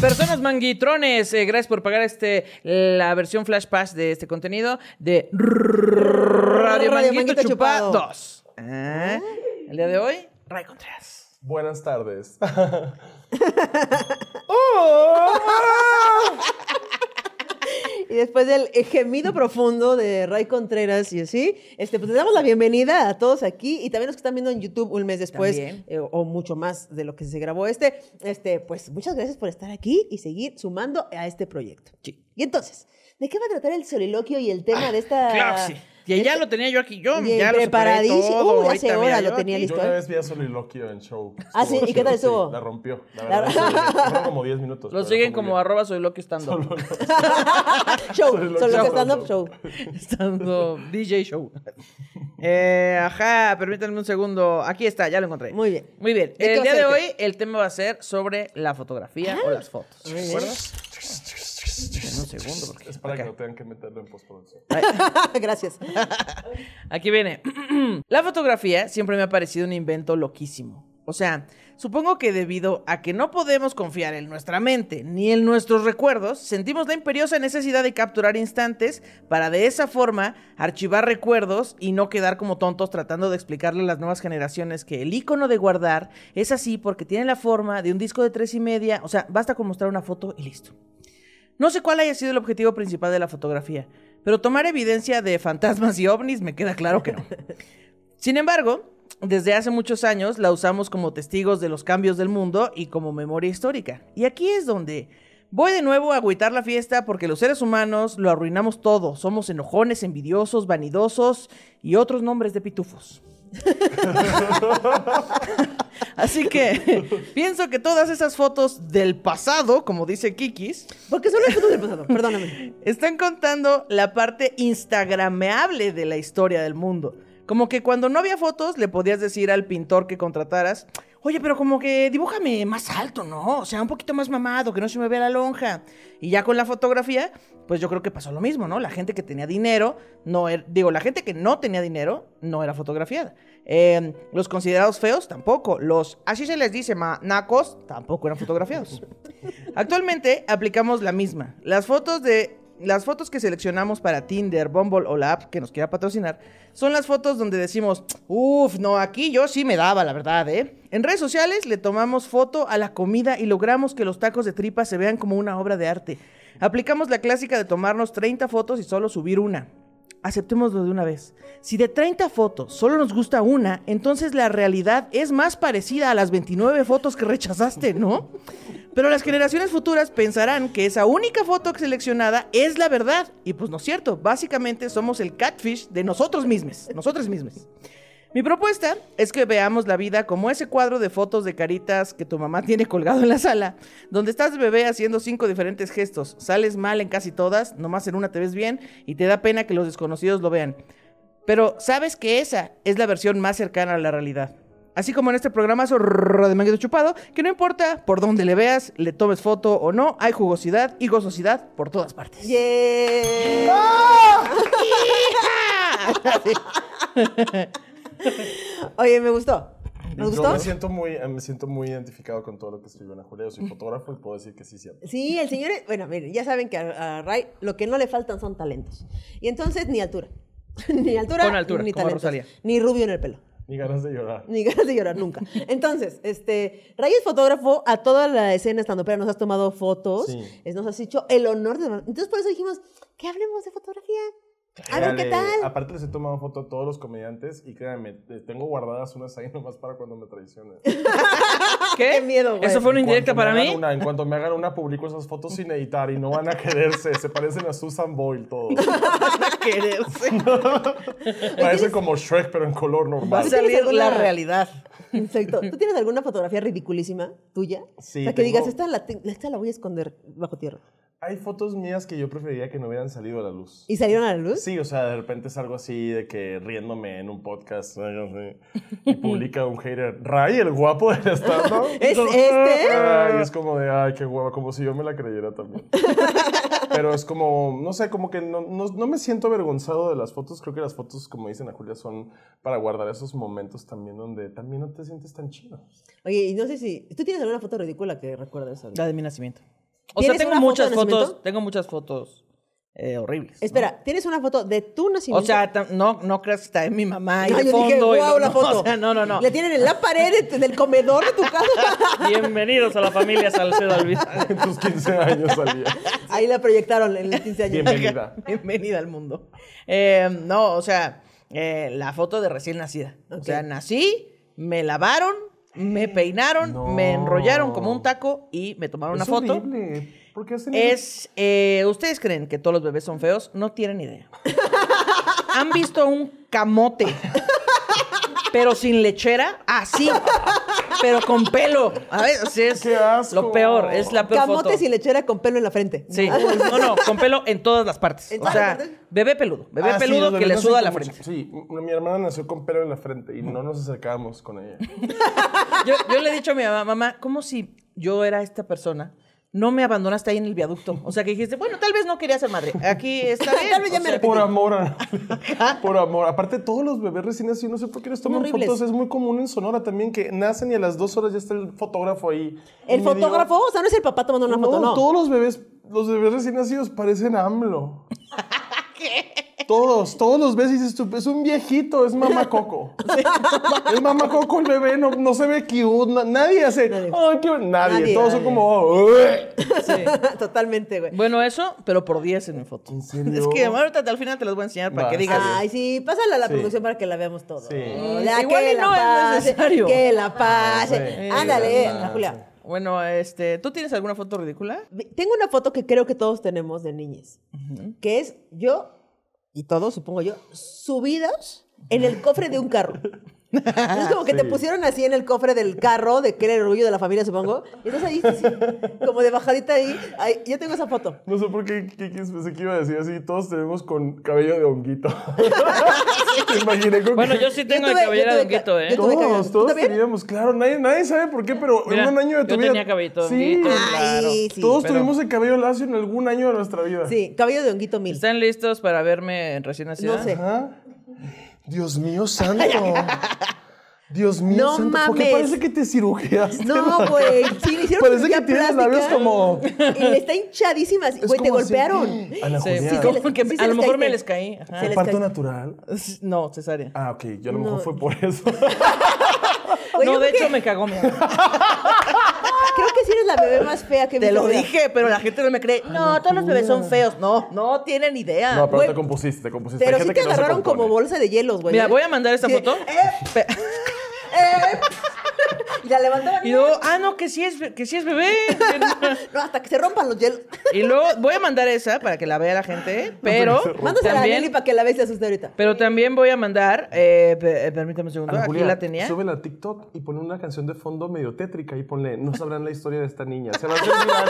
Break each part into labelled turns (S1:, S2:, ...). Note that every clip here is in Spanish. S1: Personas manguitrones, eh, gracias por pagar este la versión Flash Pass de este contenido de Radio,
S2: Radio
S1: Manguito
S2: Manguito
S1: Chupa
S2: Chupado. Uh.
S1: 2. Ah, El día de hoy, Ray Contreras.
S3: Buenas tardes.
S2: Y después del eh, gemido profundo de Ray Contreras y así, este, pues le damos la bienvenida a todos aquí y también los que están viendo en YouTube un mes después
S1: También.
S2: eh, o mucho más de lo que se grabó este. este. Pues muchas gracias por estar aquí y seguir sumando a este proyecto. Y entonces, ¿de qué va a tratar el soliloquio y el tema de esta...
S1: Claro que sí. Y ya lo tenía yo aquí, yo
S2: Ah. Este Bien
S1: ya lo separé
S2: preparadísimo.
S1: todo,
S2: Uh, ya
S1: ahorita,
S2: hace
S1: mira,
S2: hora lo
S1: yo
S2: tenía
S1: aquí.
S3: Yo
S2: listo.
S3: una
S2: ¿eh?
S3: vez vi a Soliloquio en show.
S2: Ah, sí, ¿y qué tal estuvo?
S3: Estuvo chido, sí, La rompió. La
S2: La-
S3: verdad, estuvo bien. Fueron como 10 minutos.
S1: Lo siguen como arroba soy Loki estando.
S2: show,
S3: Soliloquio.
S2: solo que stand up show.
S1: Estando DJ show. Eh, ajá, permítanme un segundo. Aquí está, ya lo encontré.
S2: Muy bien.
S1: Muy bien.
S2: ¿De qué
S1: el
S2: va a
S1: día
S2: ser
S1: de
S2: qué?
S1: hoy el tema va a ser sobre la fotografía o las fotos. ¿De acuerdas? un segundo, porque
S3: Es para
S1: acá.
S3: que no tengan que meterlo en postproducción.
S2: Ah, Gracias.
S1: Aquí viene. La fotografía siempre me ha parecido un invento loquísimo. O sea, supongo que debido a que no podemos confiar en nuestra mente ni en nuestros recuerdos, sentimos la imperiosa necesidad de capturar instantes para de esa forma archivar recuerdos y no quedar como tontos tratando de explicarle a las nuevas generaciones que el icono de guardar es así porque tiene la forma de un disco de tres y media. O sea, basta con mostrar una foto y listo. No sé cuál haya sido el objetivo principal de la fotografía, pero tomar evidencia de fantasmas y ovnis me queda claro que no. Sin embargo, desde hace muchos años la usamos como testigos de los cambios del mundo y como memoria histórica. Y aquí es donde voy de nuevo a agüitar la fiesta porque los seres humanos lo arruinamos todo. Somos enojones, envidiosos, vanidosos y otros nombres de pitufos. Así que pienso que todas esas fotos del pasado, como dice Kikis,
S2: Porque son las fotos del pasado, perdóname.
S1: están contando la parte instagrameable de la historia del mundo. Como que cuando no había fotos, le podías decir al pintor que contrataras, oye, pero como que dibújame más alto, ¿no? O sea, un poquito más mamado, que no se me vea la lonja. Y ya con la fotografía, pues yo creo que pasó lo mismo, ¿no? La gente que tenía dinero, no era- digo, la gente que no tenía dinero, no era fotografiada. Eh, los considerados feos, tampoco. Los, así se les dice, ma, nacos, tampoco eran fotografiados. Actualmente aplicamos la misma. Las fotos de las fotos que seleccionamos para Tinder, Bumble o la app que nos quiera patrocinar son las fotos donde decimos, uff, no, aquí yo sí me daba, la verdad, ¿eh? En redes sociales le tomamos foto a la comida y logramos que los tacos de tripa se vean como una obra de arte. Aplicamos la clásica de tomarnos 30 fotos y solo subir una. Aceptémoslo de una vez. Si de 30 fotos solo nos gusta una, entonces la realidad es más parecida a las 29 fotos que rechazaste, ¿no? Pero las generaciones futuras pensarán que esa única foto seleccionada es la verdad. Y pues no es cierto. Básicamente somos el catfish de nosotros mismos. Nosotros mismos. Mi propuesta es que veamos la vida como ese cuadro de fotos de caritas que tu mamá tiene colgado en la sala, donde estás de bebé haciendo cinco diferentes gestos, sales mal en casi todas, nomás en una te ves bien y te da pena que los desconocidos lo vean. Pero sabes que esa es la versión más cercana a la realidad. Así como en este programa de manguito chupado, que no importa por dónde le veas, le tomes foto o no, hay jugosidad y gozosidad por todas partes.
S2: Yeah. ¡Oh! Oye, me gustó. ¿Me
S3: Y
S2: gustó?
S3: Yo me siento, muy, eh, me siento muy identificado con todo lo que escribió Ana Julia. Yo soy fotógrafo y puedo decir que sí, es cierto.
S2: Sí, el señor, es- bueno, miren, ya saben que a, a Ray lo que no le faltan son talentos. Y entonces ni altura. ni altura,
S1: Con altura,
S2: ni
S1: como
S2: talentos,
S1: Rosalía.
S2: ni rubio en el pelo.
S3: Ni ganas de llorar.
S2: Ni ganas de llorar nunca. Entonces, este, Ray es fotógrafo a toda la escena estando, pero nos has tomado fotos,
S3: Sí.
S2: es- nos has hecho el honor de... Entonces por eso dijimos, que hablemos de fotografía. A ver, ¿qué
S3: Dale. Ah.
S2: tal?
S3: Aparte les he tomado foto a todos los comediantes y créanme, eh, tengo guardadas unas ahí nomás para cuando me traicionen.
S1: ¿Qué?
S2: Qué miedo, güey.
S1: ¿Eso fue una
S3: En cuanto
S1: indirecta
S3: me
S1: para
S3: hagan
S1: mí?
S3: una- en cuanto me hagan una, publico esas fotos sin editar y no van a quererse. Se parecen a Susan Boyle todos.
S1: Quererse.
S3: Parecen como Shrek, pero en color
S1: Va a
S3: normal.
S2: Vas ¿Tienes
S1: salir la
S2: alguna-
S1: realidad.
S2: Exacto. ¿Tú tienes alguna fotografía ridiculísima tuya?
S3: Sí,
S2: O sea, que
S3: tengo-
S2: digas, esta la, te- esta la voy a esconder bajo tierra.
S3: Hay fotos mías que yo preferiría que no hubieran salido a la luz.
S2: ¿Y salieron a la luz?
S3: Sí, o sea, de repente salgo así de que riéndome en un podcast ay, no sé, y publica un hater, Ray, el guapo del estado.
S2: ¿Es este?
S3: Ay, es como de, ay, qué guapa, como si yo me la creyera también. Pero es como, no sé, como que no, no- no me siento avergonzado de las fotos. Creo que las fotos, como dicen a Julia, son para guardar esos momentos también donde también no te sientes tan chido.
S2: Oye, y no sé si. ¿Tú tienes alguna foto ridícula que recuerdes? ahorita?
S1: La de mi nacimiento. O sea,
S2: ¿Tienes
S1: tengo
S2: una foto
S1: muchas
S2: de
S1: fotos,
S2: nacimiento?
S1: tengo muchas fotos eh, horribles. ¿no?
S2: Espera, ¿tienes una foto de tu nacimiento?
S1: O sea, tam- no, no creas que está en mi mamá y
S2: No,
S1: de
S2: yo
S1: fondo.
S2: dije,
S1: y
S2: wow,
S1: lo-
S2: la
S1: no,
S2: foto.
S1: o sea, no, no, no.
S2: La tienen en la pared de- del comedor de tu casa.
S1: Bienvenidos a la familia Salcedo Alvita.
S3: En tus 15 años salía.
S2: Ahí la proyectaron en los 15 años.
S3: Bienvenida.
S1: Bienvenida al mundo. Eh, no, o sea, eh, la foto de recién nacida. O
S2: Ok.
S1: sea, nací, me lavaron, me peinaron,
S3: No.
S1: me enrollaron como un taco y me tomaron
S3: es
S1: una foto.
S3: horrible. ¿Por qué hacen eso?
S1: Es, eh, ¿ustedes creen que todos los bebés son feos? No tienen idea. ¿Han visto un camote, pero sin lechera? Así, pero con pelo. A ver, o sea, es
S3: ¡Qué asco!
S1: lo peor, es la peor foto.
S2: Camotes y lechera con pelo en la frente.
S1: Sí, no, no, con pelo en todas las partes.
S2: ¿En
S1: O
S2: todas
S1: sea,
S2: las partes?
S1: bebé peludo, bebé
S3: Ah, sí,
S1: peludo
S3: los bebés
S1: que le
S3: nacen
S1: suda
S3: con
S1: la
S3: mucho-
S1: frente.
S3: Sí, m- mi hermana nació con pelo en la frente y no nos acercábamos con ella.
S1: Yo, yo le he dicho a mi mamá, mamá, ¿cómo si yo era esta persona? No me abandonaste ahí en el viaducto. O sea, que dijiste, bueno, tal vez no quería ser madre. Aquí está bien.
S2: Tal vez ya
S1: O
S2: me
S1: sea,
S3: Por amor, a- por amor. Aparte, todos los bebés recién nacidos, no sé por qué les toman
S2: horribles.
S3: fotos. Es muy común en Sonora también que nacen y a las dos horas ya está el fotógrafo ahí.
S2: El
S3: Y me digo,
S2: fotógrafo, o sea, no es el papá tomando una
S3: no,
S2: foto, no.
S3: todos los bebés, los bebés recién nacidos parecen AMLO. Todos, todos los ves y dices, "Tú, es un viejito, es mamá Coco. Es mamá Coco el bebé, no, no se ve cute, na- nadie hace,
S2: Nadie.
S3: "Ay, qué bon-". nadie,
S2: Nadie,
S3: todos son
S2: nadie.
S3: como, "Ueh".
S2: Totalmente, güey.
S1: Bueno, eso, pero por 10 en mi foto.
S3: ¿En serio?
S1: Es que ahorita al final te las voy a enseñar para
S3: Va,
S1: que digas.
S3: está
S2: Ay, sí, pásala a la
S3: Sí.
S2: producción para que la veamos todos.
S3: Sí.
S2: Ya,
S1: Igual
S2: que
S1: y
S2: la
S1: no es
S2: pase,
S1: necesario.
S2: Que la pase.
S3: Ah, Sí.
S2: Ándale,
S3: Sí.
S2: Ana Julia.
S1: Bueno, este, ¿tú tienes alguna foto ridícula?
S2: Tengo una foto que creo que todos tenemos de niñez, que es yo, y todos supongo yo, subidos en el cofre de un carro. Es como que te
S3: Sí.
S2: pusieron así en el cofre del carro, de que era el orgullo de la familia, supongo. Y estás ahí, sí, sí, como de bajadita ahí. Ay, yo tengo esa foto.
S3: No sé por qué, qué- qué pensé que iba a decir así, todos tenemos con cabello de honguito. Te imaginé con
S1: Bueno,
S3: que-
S1: yo sí tengo
S2: Yo tuve-
S1: el cabellero
S2: yo
S1: de
S2: tuve
S1: honguito,
S2: ca-
S1: ¿eh?
S2: yo tuve cabello.
S3: Todos,
S2: ¿Tú
S3: todos
S2: también?
S3: teníamos, claro, nadie, nadie sabe por qué, pero
S1: Mira,
S3: en un año de tu
S1: yo
S3: vida.
S1: tenía cabellito de
S3: Sí,
S1: honguito, claro.
S2: Ay, sí.
S3: todos
S1: pero-
S3: tuvimos el cabello lacio en algún año de nuestra vida.
S2: Sí, cabello de honguito mil.
S1: ¿Están listos para verme recién nacida?
S2: No sé.
S3: Ajá. Dios mío santo. Dios mío
S2: No
S3: santo. ¿Por qué
S2: mames.
S3: parece que te cirujeaste?
S2: No, güey. Sí, le hicieron
S3: Parece que
S2: cirugía
S3: tienes labios
S2: plástica.
S3: como.
S2: Y le está hinchadísima. así.
S3: es
S2: Güey, te
S3: como así. Ah.
S2: golpearon.
S3: Ana
S1: Sí,
S3: Julia.
S2: sí,
S1: como
S2: se les-
S1: que
S2: sí, se
S1: a lo
S2: les
S1: mejor me
S2: caíste.
S1: les caí. ajá.
S2: Se les
S3: ¿Parto
S2: cae.
S3: natural?
S1: No, cesárea.
S3: Ah, ok. Yo a lo
S2: No.
S3: mejor fue por eso.
S2: Güey,
S1: no,
S2: yo
S1: de
S2: creo
S1: hecho
S2: que-
S1: me cagó mi mamá.
S2: Creo que sí eres la bebé más fea que he
S1: Te
S2: visto
S1: lo
S2: en mi vida.
S1: dije, pero la gente no me cree.
S2: Ah,
S1: No, todos los bebés son feos. No, no tienen idea.
S3: No, pero
S2: Güey,
S3: te compusiste, te compusiste.
S2: Pero
S3: Hay
S2: sí
S3: gente
S2: te
S3: que no se
S2: agarraron como
S3: compone.
S2: bolsa de hielos, güey. ¿eh?
S1: Mira, voy a mandar esta
S2: Sí.
S1: foto. Pe-
S2: ¡Eh! Y la levantaron.
S1: Y luego, ah, no, que sí es, be- que sí es bebé.
S2: No, hasta que se rompan los hielos.
S1: y luego voy a mandar esa para que la vea la gente, pero
S2: Mándasela a Nelly
S1: también,
S2: para que la vea y se asuste ahorita.
S1: pero también voy a mandar, eh, pe- eh, permítame un segundo,
S3: Ana
S1: aquí
S3: Julia,
S1: la tenía.
S3: Súbela a TikTok y ponle una canción de fondo medio tétrica y ponle, no sabrán la historia de esta niña. Se las olvidar.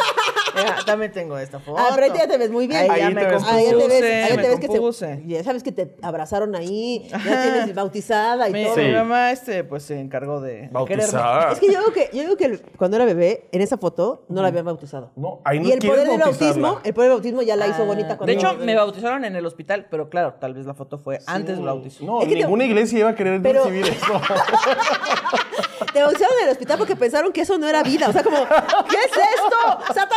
S1: Mira, también tengo esta foto.
S2: Ah, pero ahorita ya te ves muy bien.
S1: Ahí, ya
S3: Ahí
S1: me
S3: te ves
S1: compuse,
S2: Ahí ya te ves, ahí
S1: me
S2: te ves que
S1: compuse.
S2: te, ya sabes que te abrazaron ahí,
S1: Ajá.
S2: ya tienes bautizada y
S1: Mi,
S2: todo.
S1: mi
S3: Sí.
S1: mamá este, pues, se encargó de, de quererme.
S3: Bautizar.
S2: Es que yo digo que, yo digo que el- cuando era bebé, en esa foto no la habían bautizado.
S3: No, ahí no
S2: y el
S3: quieres
S2: poder del
S3: bautizarla.
S2: bautismo, el poder del bautismo ya la hizo bonita cuando
S1: Ah. De hecho, me bautizaron en el hospital, pero claro, tal vez la foto fue antes del bautizo.
S3: No,
S2: Es que te-
S3: ninguna iglesia iba a querer
S2: Pero-
S3: recibir eso.
S2: te bautizaron en el hospital porque pensaron que eso no era vida. O sea, como, ¿qué es esto? ¡Satanás!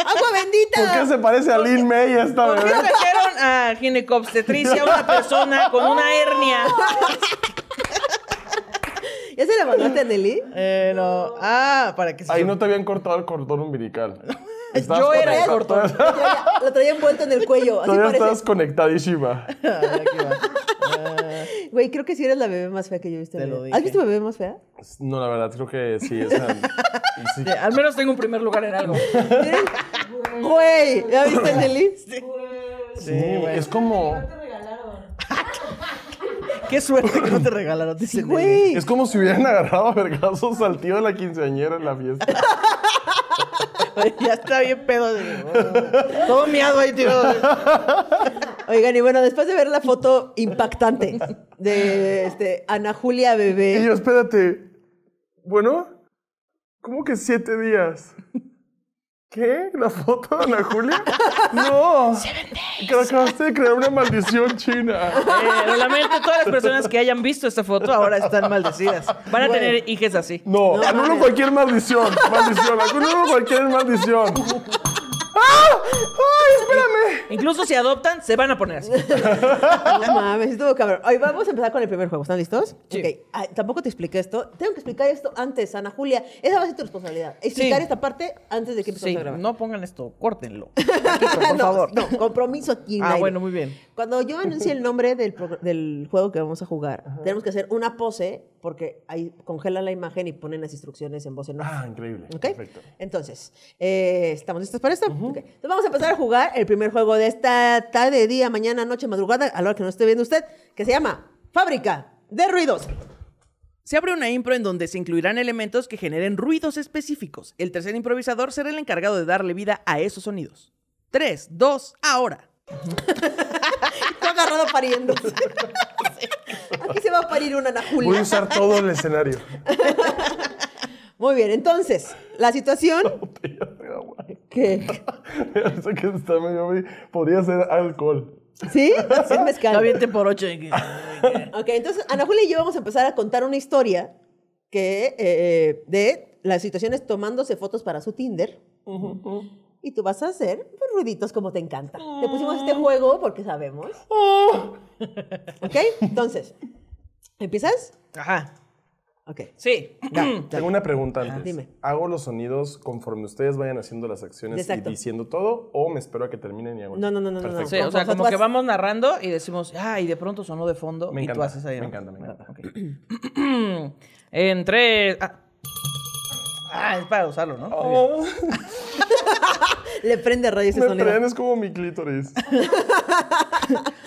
S2: ¡Agua bendita!
S3: ¿Por qué se parece a Lin May esta
S1: ¿Por qué
S3: bebé?
S1: trajeron a ginecobstetricia a una persona con una hernia?
S2: ¿Ya se la mandaste a Nelly?
S1: Eh, no. Ah, para que se...
S3: Ahí no te habían cortado el cordón umbilical.
S1: Yo era el
S3: conectado-
S1: cordón.
S2: Lo traía, lo traía envuelto en el cuello. Así
S3: Todavía
S2: parece.
S3: estabas conectadísima.
S1: Aquí va.
S2: Güey, creo que sí eres la bebé más fea que yo he visto. en
S1: Te
S2: mi
S1: lo
S2: vida.
S1: dije.
S2: ¿Has visto bebé más fea?
S3: Pues, No, la verdad, creo que sí. o sea,
S1: Sí,
S3: sí.
S1: al menos tengo un primer lugar en algo.
S2: ¿Tienes- Güey, ¿ya viste Nelly?
S3: Sí, es como,
S1: Qué suerte que no te regalaron. dice Nelly.
S2: Güey.
S3: es como si hubieran agarrado a vergazos al tío de la quinceañera en la fiesta.
S1: Ya está bien pedo. de- "Oh, Todo miado ahí, tío.
S2: Oigan, y bueno, después de ver la foto impactante de este, Ana Julia
S3: Y
S2: Bebé,
S3: yo, espérate. Bueno, ¿cómo que siete días? ¿Qué? ¿La foto de Ana Julia? No. Creo que acabaste de crear una maldición china.
S1: Eh, lo lamento, todas las personas que hayan visto esta foto ahora están maldecidas. Van a tener hijas así.
S3: No, anulo cualquier maldición. Maldición, anulo cualquier maldición. ¡Ah! ¡Ay, espérame!
S1: Incluso si adoptan, se van a poner así.
S2: No mames, estuvo cabrón. Hoy vamos a empezar con el primer juego. ¿Están listos?
S1: Sí.
S2: Ok. Ay, tampoco te expliqué esto. Tengo que explicar esto antes, Ana Julia. Esa va a ser tu responsabilidad. Explicar
S1: Sí.
S2: esta parte antes de que empecemos
S1: Sí,
S2: a grabar.
S1: no pongan esto, córtenlo. Paquito, por
S2: No,
S1: favor.
S2: No, compromiso aquí. en
S1: Ah,
S2: aire.
S1: bueno, muy bien.
S2: Cuando yo anuncie el nombre del, progr- del juego que vamos a jugar, tenemos que hacer una pose porque ahí congelan la imagen y ponen las instrucciones en voz en off.
S3: Ah, increíble.
S2: ¿Ok?
S3: Perfecto.
S2: Entonces, eh, ¿estamos listos para esto? Ok. Entonces vamos a empezar a jugar el primer juego de esta tarde, día, mañana, noche, madrugada, a la hora que nos esté viendo usted, que se llama Fábrica de Ruidos.
S1: Se abre una impro en donde se incluirán elementos que generen ruidos específicos. El tercer improvisador será el encargado de darle vida a esos sonidos. Tres, dos, ahora.
S2: Tú agarrado pariendo. Sí. Aquí se va a parir una Ana
S3: Voy a
S2: Julia.
S3: usar todo el escenario.
S2: Muy bien, entonces, la situación...
S3: Botella de agua.
S2: ¿Qué?
S3: Eso que está medio... Podría ser alcohol.
S2: ¿Sí? Sí, es mezcal.
S1: Está bien, por ocho.
S2: Ok, entonces Ana Julia y yo vamos a empezar a contar una historia que, eh, de las situaciones tomándose fotos para su Tinder. Y tú vas a hacer pues, ruiditos como te encanta. Te pusimos este juego porque sabemos. ¿Ok? Entonces, ¿empiezas?
S1: Ajá.
S2: Ok.
S1: Sí.
S3: Tengo una pregunta antes.
S2: dime.
S3: ¿Hago los sonidos conforme ustedes vayan haciendo las acciones
S2: Exacto.
S3: y diciendo todo o me espero a que terminen y hago el-
S2: No, no, no, no, no, no.
S3: Perfecto.
S1: Sí, o sea,
S2: Tú
S1: como
S2: vas-
S1: que vamos narrando y decimos, ah, y de pronto sonó de fondo
S3: Me
S1: y tú
S3: encanta,
S1: haces ahí.
S3: me
S1: ¿no?
S3: encanta, me encanta.
S1: Ok. en tres. Ah. Ah, es para usarlo, ¿no?
S3: Oh,
S2: Le prende radio ese
S3: me
S2: sonido.
S3: traen, es como mi clítoris.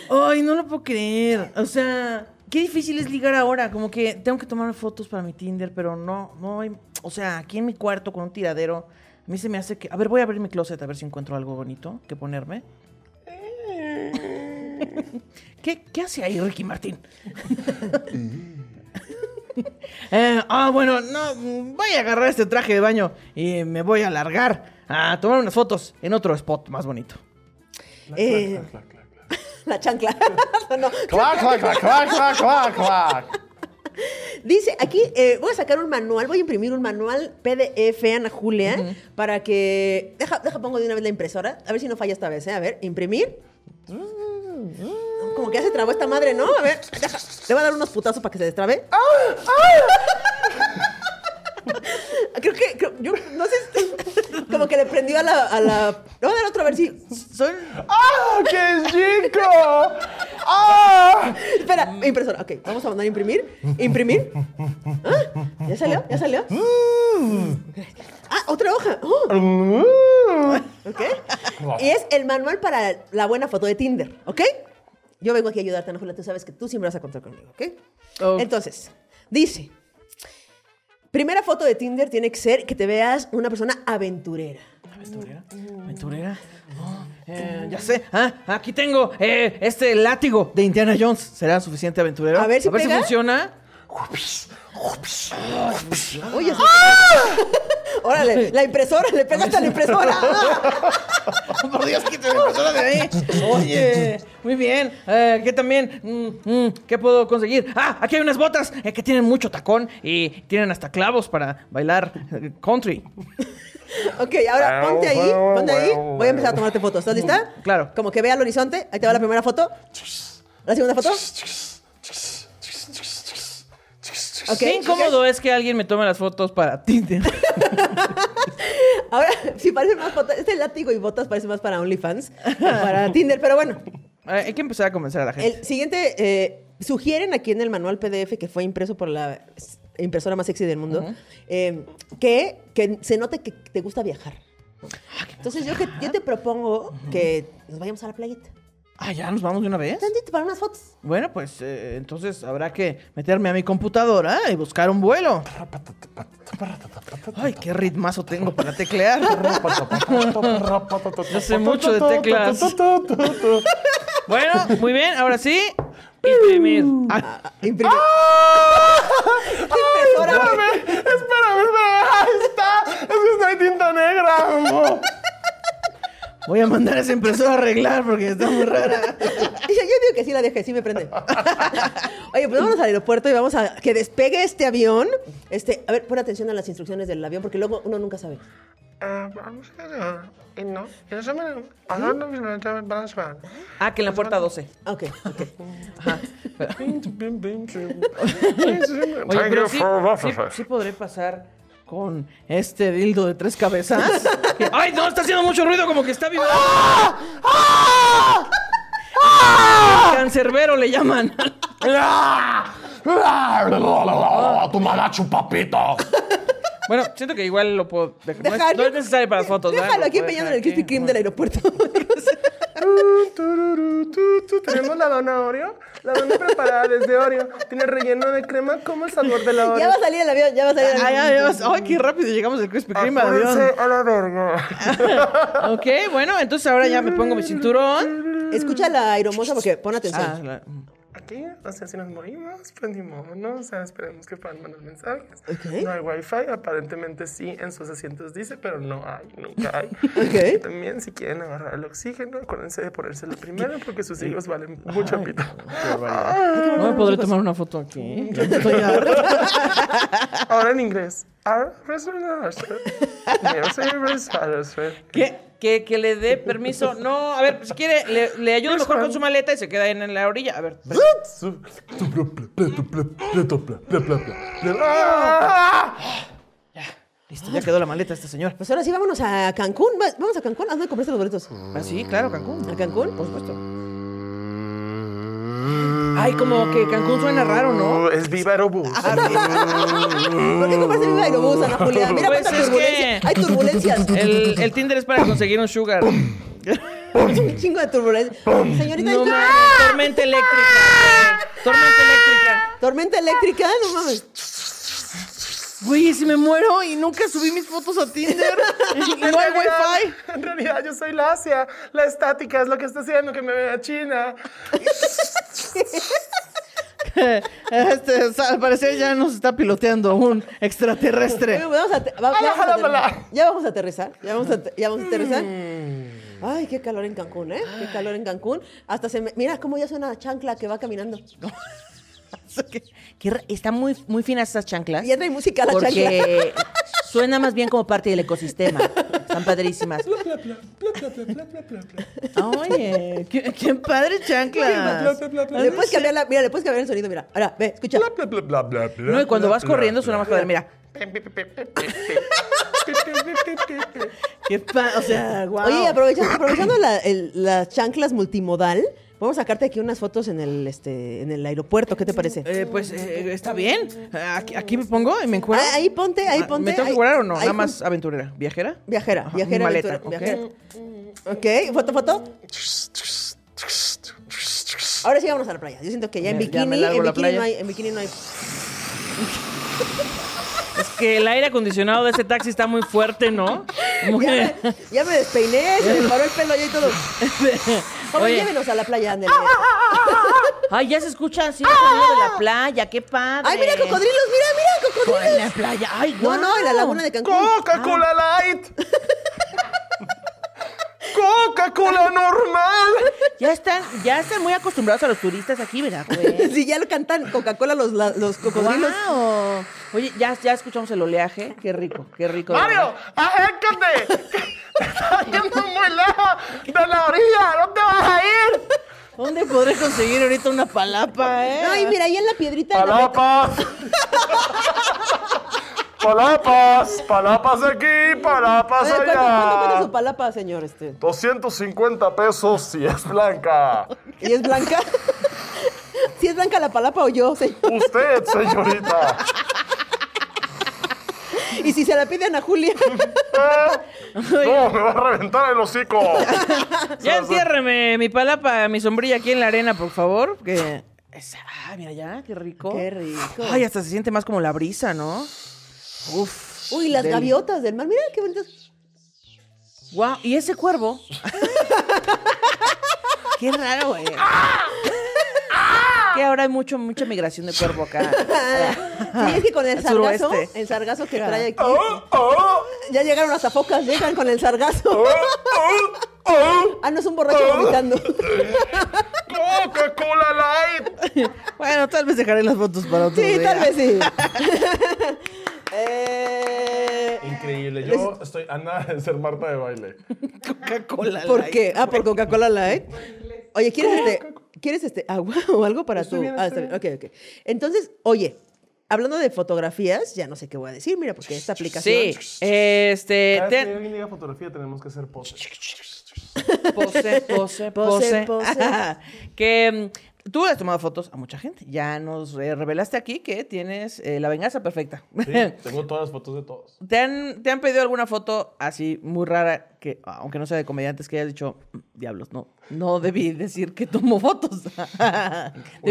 S1: Ay, no lo puedo creer. O sea, qué difícil es ligar ahora. Como que tengo que tomar fotos para mi Tinder, pero no, no hay. O sea, aquí en mi cuarto con un tiradero, a mí se me hace que. A ver, voy a abrir mi closet a ver si encuentro algo bonito que ponerme. ¿Qué, qué hace ahí Ricky Martín? Eh, Ah, bueno, no, mm, voy a agarrar este traje de baño y me voy a largar a tomar unas fotos en otro spot más bonito.
S2: Eh,
S3: Clac, clac, clac.
S2: la chancla. No, no.
S3: Clac, clac, clac, clac, clac, clac, clac.
S2: Dice aquí, eh, voy a sacar un manual, voy a imprimir un manual PDF, Ana Julia, para que. Deja, deja, pongo de una vez la impresora, a ver si no falla esta vez, ¿eh? A ver, imprimir. Como que ya se trabó esta madre, ¿no? A ver, deja, le voy a dar unos putazos para que se destrabe. creo que. creo- yo no sé. si- Como que le prendió a la. A la... Le voy a dar otro a ver si.
S1: Son
S3: ¡Ah, qué chico! ¡Ah!
S2: Espera, impresora. Ok, vamos a mandar a imprimir. Imprimir. Ah, ya salió, ya salió. Ah, otra hoja. Oh, ok. Y es el manual para la buena foto de Tinder, ¿ok? Yo vengo aquí a ayudarte, Ana Julia. Tú sabes que tú siempre vas a contar conmigo, ¿ok?
S1: Ok.
S2: Entonces, dice: Primera foto de Tinder tiene que ser que te veas una persona aventurera.
S1: ¿Aventurera?
S2: Mm.
S1: ¿Aventurera? Oh, eh, ya sé. Ah, aquí tengo eh, este látigo de Indiana Jones. ¿Será suficiente aventurero?
S2: A ver si pega.
S1: funciona.
S2: Oye, Órale, la impresora, le pegaste a la impresora.
S1: Por Dios, quítame la persona de ahí. Oye, muy bien. Eh, ¿Qué también? Mm, mm, ¿Qué puedo conseguir? Ah, aquí hay unas botas eh, que tienen mucho tacón y tienen hasta clavos para bailar eh, country.
S2: Ok, ahora ponte ahí, ponte ahí. Voy a empezar a tomarte fotos. ¿Estás lista?
S1: Claro.
S2: Como que vea el horizonte. Ahí te va la primera foto. La segunda foto. Ok.
S1: Qué
S2: ok.
S1: incómodo es que alguien me tome las fotos para Eh, Tinder.
S2: Ahora, si parece más fotos. Este látigo y botas parece más para OnlyFans, que para Tinder. Pero bueno,
S1: Eh, hay que empezar a convencer a la gente.
S2: el siguiente. eh, sugieren aquí en el manual PDF que fue impreso por la s- impresora más sexy del mundo eh, que, que se note que te gusta viajar. Entonces, yo, que, yo te propongo que nos vayamos a la playita.
S1: Ah, ya nos vamos de una vez.
S2: Tantito para unas fotos.
S1: Bueno, pues eh, entonces habrá que meterme a mi computadora y buscar un vuelo. Ay, qué ritmazo tengo para teclear.
S3: Yo
S1: sé mucho de teclas. bueno, muy bien, ahora sí. Imprimir. Uh. Ah,
S2: Ah, Imprimir. Impresora.
S3: Espérame, espérame, espérame. Ahí está. Es que está de tinta negra. No. Voy a mandar a esa impresora a arreglar porque está muy rara.
S2: Y Yo, yo digo que sí la dejé, sí me prende. Oye, pues vamos al aeropuerto y vamos a que despegue este avión. Este, a ver, pon atención a las instrucciones del avión porque luego uno nunca sabe.
S4: Eh,
S1: Ah, que en la puerta 12.
S2: Ok.
S1: Oye, pero sí, sí,
S3: sí podré pasar con este dildo de tres cabezas. Que- ¡Ay, no! Está haciendo mucho ruido, como que está vibrando.
S1: ¡Ah!
S3: Cancerbero le llaman.
S4: ¡Tu mamá chupapito!
S1: Bueno, siento que igual lo puedo dejar. No
S2: Dejar-
S1: es, no es necesario para las fotos. ¿verdad?
S2: Déjalo
S1: Lo
S2: aquí
S1: puedo
S2: empeñado en
S1: dejar
S2: el Krispy
S1: aquí.
S2: Kreme del aeropuerto.
S4: ¿Tenemos la dona Oreo? La dona preparada desde Oreo. Tiene relleno de crema como el sabor de la
S2: ya va a salir el avión, ya va a salir el
S3: Ay,
S2: avión.
S3: ay, Dios. ay, qué rápido llegamos al Krispy Kreme al avión.
S4: a la verga.
S3: Ok, bueno, entonces ahora ya me pongo mi cinturón.
S2: Escucha la aeromoza porque pon atención.
S3: Ah, la-
S5: Aquí, o sea, si nos morimos, pues ni modo, ¿no? O sea, esperemos que puedan mandar mensajes.
S2: Ok.
S5: No hay wifi, aparentemente sí, en sus asientos dice, pero no hay, nunca hay.
S2: Ok.
S5: También, si quieren agarrar el oxígeno, acuérdense de ponérselo primero porque sus hijos valen mucho pito.
S3: no me podré tomar una foto aquí. Yo estoy harta.
S5: Ahora en inglés. Our restaurant, our favorite restaurant.
S1: ¿Qué? Que, que le dé permiso. No, a ver, si quiere, le, le ayudo mejor con su maleta y se queda en, en la orilla. A ver, pues,
S5: Ah,
S3: Ah. Listo, ya quedó la maleta
S1: este
S3: esta señora.
S2: Pues ahora sí, vámonos a Cancún. Va- Vamos a Cancún. ¿A dónde compraste los boletos?
S3: Ah, sí, claro, Cancún.
S2: ¿A Cancún?
S3: Por supuesto. Ay, como que Cancún suena raro, ¿no?
S5: uh, Es Viva Aerobús.
S3: Ah,
S2: ¿Por qué compraste mi aerobús, Ana Julia? Mira
S1: Mm. Pues
S2: cuánta
S1: es
S2: turbulencia.
S1: que-
S2: Hay turbulencias.
S1: el, el Tinder es para conseguir un sugar.
S2: Un chingo de turbulencia. Señorita,
S1: No
S2: ¡ah!
S1: mames, tormenta eléctrica. Tormenta eléctrica.
S2: tormenta eléctrica, no mames.
S3: Güey, si me muero y nunca subí mis fotos a Tinder y no hay wifi.
S5: En realidad, yo soy la Asia. La estática es lo que está haciendo que me vea China.
S3: Este, al parecer ya nos está piloteando un extraterrestre.
S2: Bueno, Vamos a, te- va- ya, vamos a
S5: Alájala,
S2: aterrizar. ya vamos a aterrizar. Ya vamos a, te- ya vamos a aterrizar. Ay, qué calor en Cancún, ¿eh? Qué calor en Cancún. Hasta se me. Mira cómo ya suena la chancla que va caminando.
S1: Qué ra- Están muy, muy finas esas chanclas.
S2: Ya trae música la chancla.
S1: Porque suena más bien como parte del ecosistema. Están padrísimas.
S3: Oye, qué, qué padre chanclas.
S2: Le puedes cambiar la. Mira, le puedes cambiar el sonido, mira. Ahora, ve, escucha.
S3: No, y cuando vas corriendo suena más padre. Mira, qué pa- o sea, guau.
S2: Oye, aprovechando, aprovechando la- el- las chanclas multimodal, vamos a sacarte aquí unas fotos en el, este, en el aeropuerto. ¿Qué te parece?
S3: Eh, pues eh, está bien. Aquí, aquí me pongo y me encuentro.
S2: Ah, ahí ponte, ahí ponte,
S3: ¿Me tengo que
S2: ahí-
S3: curar o no?
S2: ahí
S3: Nada
S2: pon-
S3: más aventurera. ¿Viajera?
S2: Viajera,
S3: Ajá,
S2: viajera,
S3: mi maleta,
S2: aventura- viajera. Ok, foto, foto. Ahora sí vámonos a la playa. Yo siento que ya en
S3: Ya- ya me
S2: bikini,
S3: largo
S2: en
S3: la
S2: bikini, no
S3: playa.
S2: hay, en bikini no hay.
S1: Es que el aire acondicionado de este taxi está muy fuerte, ¿no? Muy-
S2: Ya me, ya me despeiné, se me paró el pelo ya y todo. Joven,
S1: Oye.
S2: llévenos a la playa, ándale.
S3: Ah,
S1: Ay, ya se escucha así el sonido de la playa. Qué
S3: ah,
S1: padre.
S2: Ah. ¡Ay,
S3: eh.
S2: mira cocodrilos! ¡Mira, mira
S1: En
S2: cocodrilos!
S1: la playa. Ay,
S2: No, no, en la laguna de Cancún.
S4: ¡Coca-Cola Light! ¡Coca-Cola normal!
S1: Ya están, ya están muy acostumbrados a los turistas aquí, ¿verdad? güey?
S2: Sí, ya lo cantan Coca-Cola los, la- los cocodrilos.
S1: Guau. Oye, ya, ya escuchamos el oleaje. Qué rico, qué rico. de
S5: Mario,
S1: verdad.
S5: acércate. Te estás yendo muy lejos de la orilla. ¿No te vas a ir?
S3: ¿Dónde podré conseguir ahorita una palapa, eh?
S2: No, y mira, ahí en la piedrita. en la-
S4: ¡Palapas! ¡Palapas! ¡Palapas aquí!
S2: A
S4: ¡Palapas
S2: ver, ¿cuánto, cuánto cuesta su
S4: allá!
S2: palapa, señor? Este?
S4: 250 pesos si es blanca.
S2: ¿Y es blanca? ¿Si es blanca la palapa o yo, señor?
S4: Usted, señorita.
S2: Y si se la piden a Julia.
S4: ¿Eh? No, me va a reventar el hocico.
S1: Ya entiérreme mi palapa, mi sombrilla aquí en la arena, por favor. Que. Esa- Ah, mira ya, qué rico.
S2: Qué rico.
S1: Ay, hasta se siente más como la brisa, ¿no? Uf.
S2: Uy, las
S1: Del-
S2: gaviotas del mar. Mira qué bonitas.
S1: Guau, ¿y ese cuervo? Qué raro, güey.
S3: Ah,
S1: que ahora hay mucho, mucha migración de cuervo acá.
S2: Sí, es que con el
S1: Al
S2: sargazo,
S1: suroeste. Ah.
S2: el sargazo que trae aquí.
S4: Oh, oh,
S1: Ah.
S2: Ya llegaron las focas, llegan con el sargazo.
S4: oh, oh,
S2: Ah, no es un borracho vomitando.
S5: ¡Coca-Cola Light!
S3: Bueno, tal vez dejaré las fotos para otro
S2: Sí,
S3: día.
S2: tal vez sí. Eh,
S4: Increíble. Yo estoy. Anda de ser Marta de baile.
S3: Coca-Cola.
S2: ¿Por
S3: Light.
S2: qué? Ah, por Coca-Cola Light. Oye, ¿quieres este, ¿quieres este agua o algo para
S4: Estoy
S2: tú?
S4: bien,
S2: ah,
S4: estoy
S2: está bien. Ok, ok. Entonces, oye, hablando de fotografías, ya no sé qué voy a decir, mira, porque esta aplicación.
S1: Sí, este,
S4: Cada vez que
S1: ten-
S4: alguien diga fotografía, tenemos que hacer poses.
S1: pose, pose,
S2: Pose,
S1: pose,
S2: pose.
S1: que mm, tú le has tomado fotos a mucha gente. Ya nos eh, revelaste aquí que tienes eh, la venganza perfecta.
S4: Sí, tengo todas las fotos de todos.
S1: ¿Te han, ¿Te han pedido alguna foto así muy rara, que aunque no sea de comediantes, que hayas dicho, "Mm, diablos, no, no debí decir que tomo fotos? debí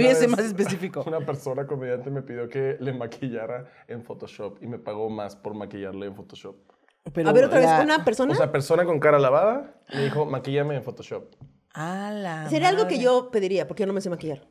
S4: Una
S1: ser
S4: vez,
S1: más específico.
S4: Una persona comediante me pidió que le maquillara en Photoshop y me pagó más por maquillarle en Photoshop.
S1: Pero
S2: a ver, otra vez,
S1: la-
S2: una persona. Ah.
S4: O sea, persona con cara lavada me dijo, maquillame en Photoshop.
S1: A la
S2: sería algo que
S1: Ah, madre.
S2: yo pediría, porque yo no me sé maquillar.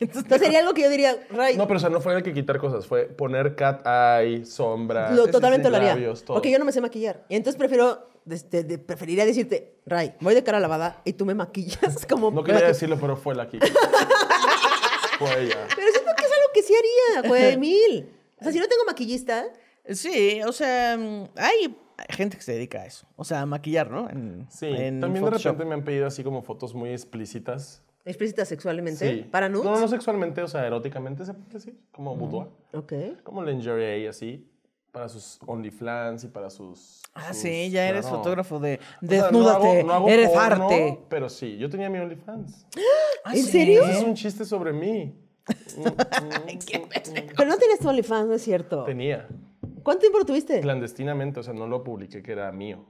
S2: Entonces, sería algo que yo diría, Ray,
S4: No, pero o sea, no fue el que quitar cosas, fue poner cat eye, sombra,
S2: lo, totalmente lo haría.
S4: labios, todo.
S2: porque yo no me sé maquillar. Y entonces prefiero, este, de- preferiría decirte, Ray, voy de cara lavada y tú me maquillas como.
S4: No quería decirlo, pero fue la que fue ella.
S2: Pero siento que es algo que sí haría, güey, mil. O sea, si no tengo maquillista,
S1: Sí, o sea, mm, hay gente que se dedica a eso. O sea, a maquillar, ¿no? En-
S4: Sí,
S1: en
S4: también de
S1: Photoshop.
S4: repente me han pedido así como fotos muy explícitas.
S2: explícita sexualmente,
S4: Sí.
S2: para nudes.
S4: No, no sexualmente, o sea, eróticamente, se puede decir, como boudoir.
S2: Ok.
S4: Como lingerie, así, para sus OnlyFans y para sus...
S1: Ah,
S4: sus-
S1: sí, ya eres
S4: claro.
S1: fotógrafo de
S4: O sea, no hago-
S1: desnúdate,
S4: no hago
S1: eres
S4: porno,
S1: arte.
S4: Pero sí, yo tenía mi OnlyFans.
S1: Ah,
S2: ¿En
S1: sí.
S2: serio?
S4: Ese es un chiste sobre mí.
S2: Pero no tienes tu OnlyFans, no es cierto.
S4: Tenía,
S2: ¿Cuánto tiempo lo tuviste?
S4: clandestinamente, o sea, no lo publiqué que era mío.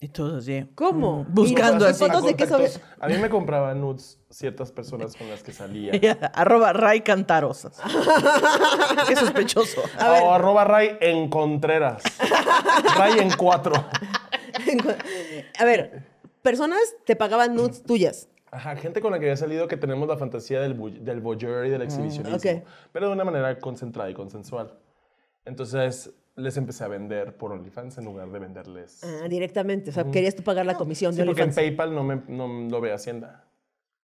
S1: Y todo así.
S2: ¿Cómo?
S1: Mm, buscando
S2: ¿Y
S1: así.
S2: fotos de qué sobre...
S4: Contactos. A mí me compraban nudes ciertas personas con las que salía.
S1: Arroba Ray Cantarosas. Qué sospechoso.
S4: O arroba Ray en Contreras. Ray en cuatro.
S2: A ver, personas te pagaban nudes tuyas.
S4: Ajá, gente con la que había salido que tenemos la fantasía del, voy- del voyeur y del exhibicionismo.
S2: ok.
S4: Pero de una manera concentrada y consensual. Entonces les empecé a vender por OnlyFans en lugar de venderles.
S2: Ah, directamente. O sea, querías tú pagar la comisión
S4: Sí,
S2: de
S4: porque en
S2: OnlyFans.
S4: PayPal no, me, no lo ve Hacienda.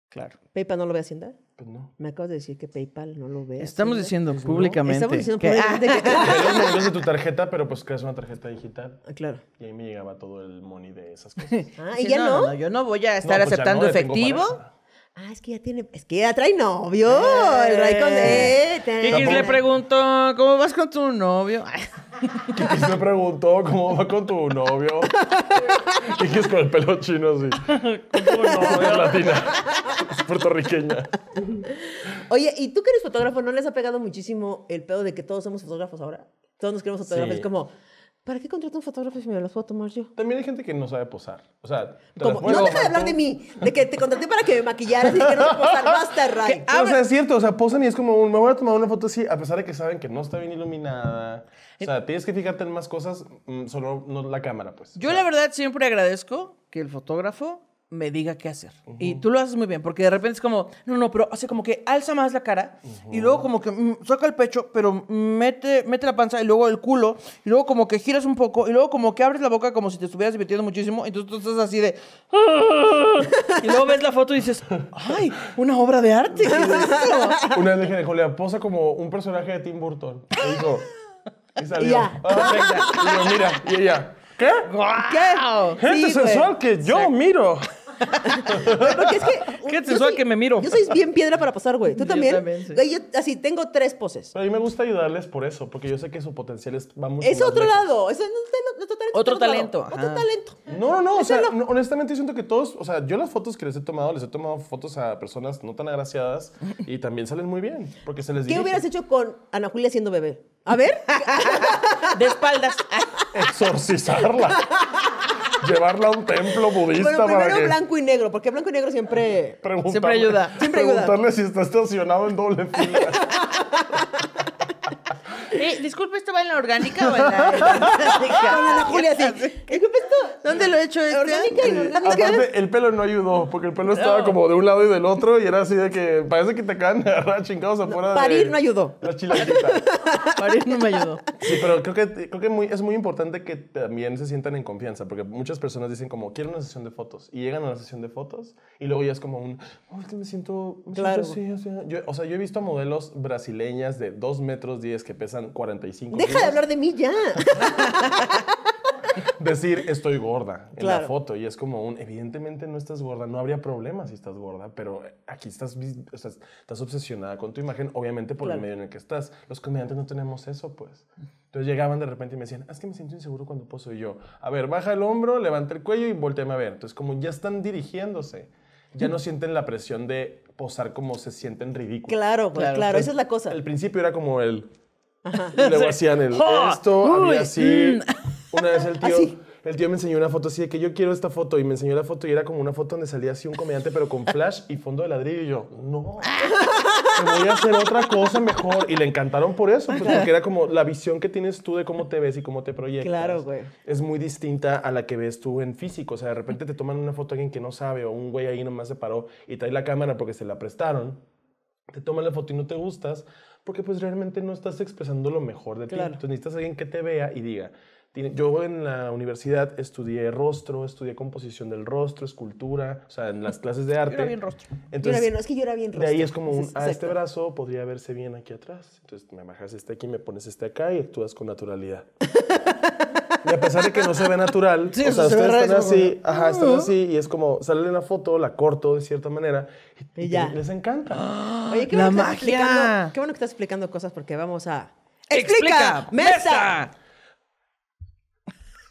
S1: Claro.
S2: PayPal no lo ve Hacienda.
S4: Pues no.
S2: Me acabas de decir que PayPal no lo ve.
S1: Estamos
S2: Hacienda.
S1: diciendo públicamente.
S2: Estamos diciendo
S1: que- ah,
S2: públicamente que-
S4: Pero los números de tu tarjeta, pero pues creas una tarjeta digital.
S2: Ah, claro.
S4: Y ahí me llegaba todo el money de esas cosas.
S2: Ah,
S1: Sí,
S2: y ya no.
S1: yo no voy a estar
S4: No, pues ya
S1: aceptando
S4: no, ya tengo
S1: efectivo.
S4: pareja.
S2: Ah, es que ya tiene. Es que ya trae novio. el Ray con.
S1: Eh,
S2: Eh, ta-
S1: Kikis le
S2: ta-
S1: preguntó, ¿cómo vas con tu novio?
S4: Y se preguntó cómo va con tu novio. Y que es con el pelo chino así. Con tu novia latina. Es puertorriqueña.
S2: Oye, ¿y tú que eres fotógrafo, no les ha pegado muchísimo el pedo de que todos somos fotógrafos ahora? Todos nos queremos fotógrafos.
S4: Sí.
S2: Es como, ¿para qué contrato un fotógrafo si me los puedo tomar yo?
S4: También hay gente que no sabe posar. O sea, te
S2: Como,
S4: las puedes
S2: no deja
S4: tomar
S2: de hablar de
S4: tú.
S2: mí, de que te contraté para que me maquillaras y que no te puedo basta, Ray.
S4: No, o sea, es cierto, o sea, posan y es como, un, me voy a tomar una foto así, a pesar de que saben que no está bien iluminada.
S2: Eh.
S4: O sea, tienes que fijarte en más cosas, mm, solo no la cámara, pues.
S1: Yo la verdad siempre agradezco que el fotógrafo me diga qué hacer. Y tú lo haces muy bien, porque de repente es como, no, no, pero hace como que alza más la cara y luego como que mm, saca el pecho, pero mete, mete la panza y luego el culo y luego como que giras un poco y luego como que abres la boca como si te estuvieras divirtiendo muchísimo. Entonces tú estás así de... Y luego ves la foto y dices, ay, una obra de arte. ¿qué es esto?".
S4: Una vez le dije, Julia, posa como un personaje de Tim Burton. Y dijo, y salió.
S2: Ya.
S4: "Ah, venga". Y yo, mira, y ella, ¿qué?
S1: ¿Qué?
S4: Gente
S2: Sí, güey.
S4: sensual que yo miro.
S2: Porque es que.
S1: Qué
S2: yo
S1: sensual
S2: soy-
S1: que me miro.
S2: Yo soy bien piedra para pasar, güey. ¿Tú
S1: Yo
S2: también?
S1: también, sí.
S2: Güey, yo así tengo tres poses.
S4: Pero a mí me gusta ayudarles por eso, porque yo sé que su potencial es, va mucho
S2: Es
S4: más
S2: otro
S4: lejos.
S2: lado. Eso no, no- no- talento,
S1: Otro
S2: lado.
S1: talento,
S2: Otro
S1: ajá.
S2: talento.
S4: No, no, no, o sea, no, honestamente yo siento que todos, o sea, yo las fotos que les he tomado, les he tomado fotos a personas no tan agraciadas y también salen muy bien, porque se les
S2: ¿Qué
S4: dirige.
S2: hubieras hecho con Ana Julia siendo bebé? A ver.
S1: De espaldas.
S4: Exorcizarla. Llevarla a un templo budista
S2: Bueno,
S4: para
S2: primero
S4: que...
S2: blanco y negro, porque blanco y negro siempre.
S4: preguntarle-
S1: Siempre ayuda.
S2: Siempre ayuda.
S4: Preguntarle si está estacionado en doble fila.
S1: Eh, disculpe, ¿esto va en la orgánica o en la...
S2: Con Ana Julia así. Disculpe, pues, ¿esto
S1: ¿Dónde lo he hecho este?
S2: Orgánica y no orgánica.
S4: Aparte, el pelo no ayudó, porque el pelo estaba como de un lado y del otro, y era así de que parece que te acaban de agarrar a chingados afuera de.
S2: parir no ayudó.
S4: La chilaquita.
S1: Parir no me ayudó.
S4: Sí, pero creo que, creo que muy- es muy importante que también se sientan en confianza, porque muchas personas dicen como, quiero una sesión de fotos, y llegan a la sesión de fotos, y luego ya es como un, "Oh, es que me siento... me siento
S2: Claro.
S4: así, o, sea, yo, o sea, yo he visto modelos brasileñas de 2 metros 10 que pesan 45
S2: Deja de
S4: kilos,
S2: hablar de mí ya.
S4: decir, estoy gorda en
S2: Claro.
S4: la foto, y es como un, evidentemente no estás gorda, no habría problema si estás gorda, pero aquí estás, vi- o sea, estás obsesionada con tu imagen, obviamente por el medio en el que estás. Los comediantes no tenemos eso, pues. Entonces llegaban de repente y me decían, "Ah, es que me siento inseguro cuando poso y yo. A ver, baja el hombro, levanta el cuello y volteame a ver. Entonces, como ya están dirigiéndose, ya no sienten la presión de posar como se sienten ridículos.
S2: Claro, güey, claro,
S1: Claro.
S4: pues,
S2: esa es la cosa.
S4: Al principio era como el. Y luego hacían el
S1: ¡Ja!
S4: esto,
S1: ¡Uy!
S4: había así. Una vez el tío.
S2: ¡Oh! Mm. Así.
S4: El tío me enseñó una foto así de que yo quiero esta foto y me enseñó la foto y era como una foto donde salía así un comediante pero con flash y fondo de ladrillo y yo, no, me voy a hacer otra cosa mejor y le encantaron por eso, pues, porque era como la visión que tienes tú de cómo te ves y cómo te proyectas.
S2: Claro, güey.
S4: Es muy distinta a la que ves tú en físico, o sea, de repente te toman una foto a alguien que no sabe o un güey ahí nomás se paró y trae la cámara porque se la prestaron te toman la foto y no te gustas, porque pues realmente no estás expresando lo mejor de ti. Entonces necesitas alguien que te vea y diga, tiene- yo en la universidad estudié rostro, estudié composición del rostro, escultura, o sea, en las clases de arte.
S1: bien rostro.
S2: Yo era
S4: Entonces,
S2: bien, es que yo era bien
S4: pues, de ahí
S2: rostro.
S4: es como un,
S2: Entonces,
S4: ah, este
S2: exacto.
S4: brazo podría verse bien aquí atrás. Entonces me bajas este aquí, me pones este acá y actúas con naturalidad. y a pesar de que no se ve natural,
S1: Sí,
S4: o
S1: o sea,
S4: sea,
S1: se ve
S4: ustedes
S1: raro,
S4: están
S1: es como-
S4: así, ajá, están así y es como sale la foto, la corto de cierta manera y,
S2: Y ya.
S4: les encanta.
S2: Oye, qué
S1: La
S2: bueno que estás
S1: magia.
S2: explicando- Qué bueno que estás explicando cosas porque vamos a.
S1: ¡Explica! ¡Mesa!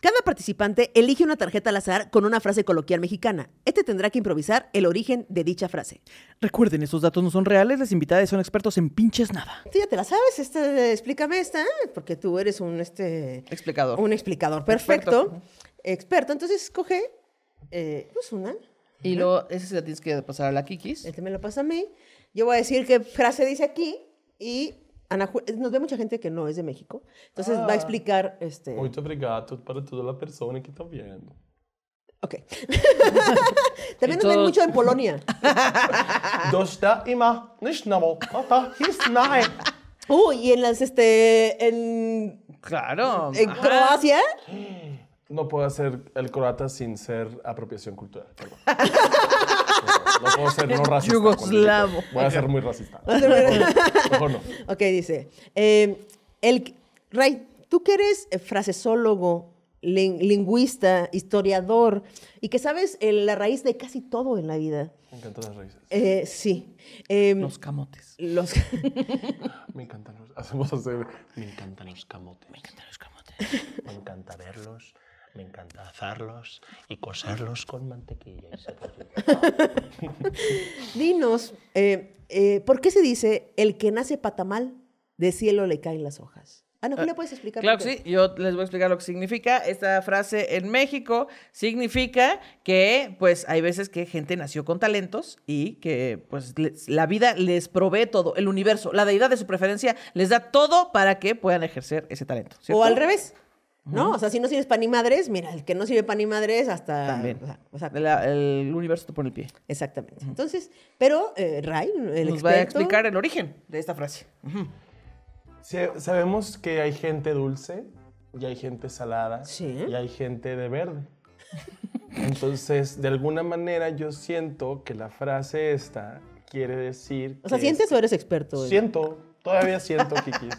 S2: Cada participante elige una tarjeta al azar con una frase coloquial mexicana. Este tendrá que improvisar el origen de dicha frase.
S1: Recuerden, esos datos no son reales, las invitadas son expertos en pinches nada.
S2: Tú ya te la sabes, este, explícame esta, porque tú eres un este
S1: Explicador.
S2: un explicador perfecto, experto. Entonces escoge eh, pues una,
S1: Y luego, esa se la tienes que pasar a la Kikis.
S2: este me lo pasa a mí. Yo voy a decir qué frase dice aquí y Ana Ju- nos ve mucha gente que no es de México, entonces
S1: Ah.
S2: va a explicar este.
S4: Muito obrigado para toda la persona que está viendo.
S2: Ok. También nos
S1: todo-
S2: ven mucho en Polonia.
S4: Dosta ima, nishnamo, tata, hisnae.
S2: Uy, y en las este en,
S1: Claro.
S2: en Croacia
S4: No puedo hacer el croata sin ser apropiación cultural. perdón. No puedo ser no racista.
S1: Yugoslavo.
S4: cuando digo- Voy a ser muy racista.
S2: a ser muy racista.
S4: Mejor no.
S2: Ok, dice. eh, el, Ray, tú que eres eh, frasesólogo, lin- lingüista, historiador y que sabes eh, la raíz de casi todo en la vida.
S4: Me encantan las raíces.
S2: Eh, sí. em,
S1: Los camotes.
S2: los-
S4: Me encantan los... Hacemos hacer... Me encantan los camotes. Me encantan los camotes.
S5: Me encanta verlos, me encanta azarlos y coserlos con mantequilla y cebolla.
S2: dinos, eh, eh, ¿por qué se dice el que nace patamal, de cielo le caen las hojas? Ana Julia, ¿puedes explicar?
S1: Ah, Claro
S2: por
S1: que
S2: qué?
S1: sí, yo les voy a explicar lo que significa. Esta frase en México significa que, pues, hay veces que gente nació con talentos y que, pues, les- la vida les provee todo, el universo, la deidad de su preferencia les da todo para que puedan ejercer ese talento. ¿cierto?
S2: O al revés. No, o sea, si no sirves para ni madres, mira, el que no sirve para ni madres hasta...
S1: También.
S2: o sea, o sea,
S1: La- el universo te pone el pie.
S2: Exactamente. Entonces, pero eh, Ray, el
S1: Nos
S2: experto,
S1: va a explicar el origen de esta frase.
S4: Se- Sabemos que hay gente dulce y hay gente salada
S2: Sí.
S4: y hay gente de verde. Entonces, de alguna manera yo siento que la frase esta quiere decir...
S2: O sea,
S4: que
S2: ¿sientes o eres experto? en-
S4: Este, Siento, todavía siento, Kiki.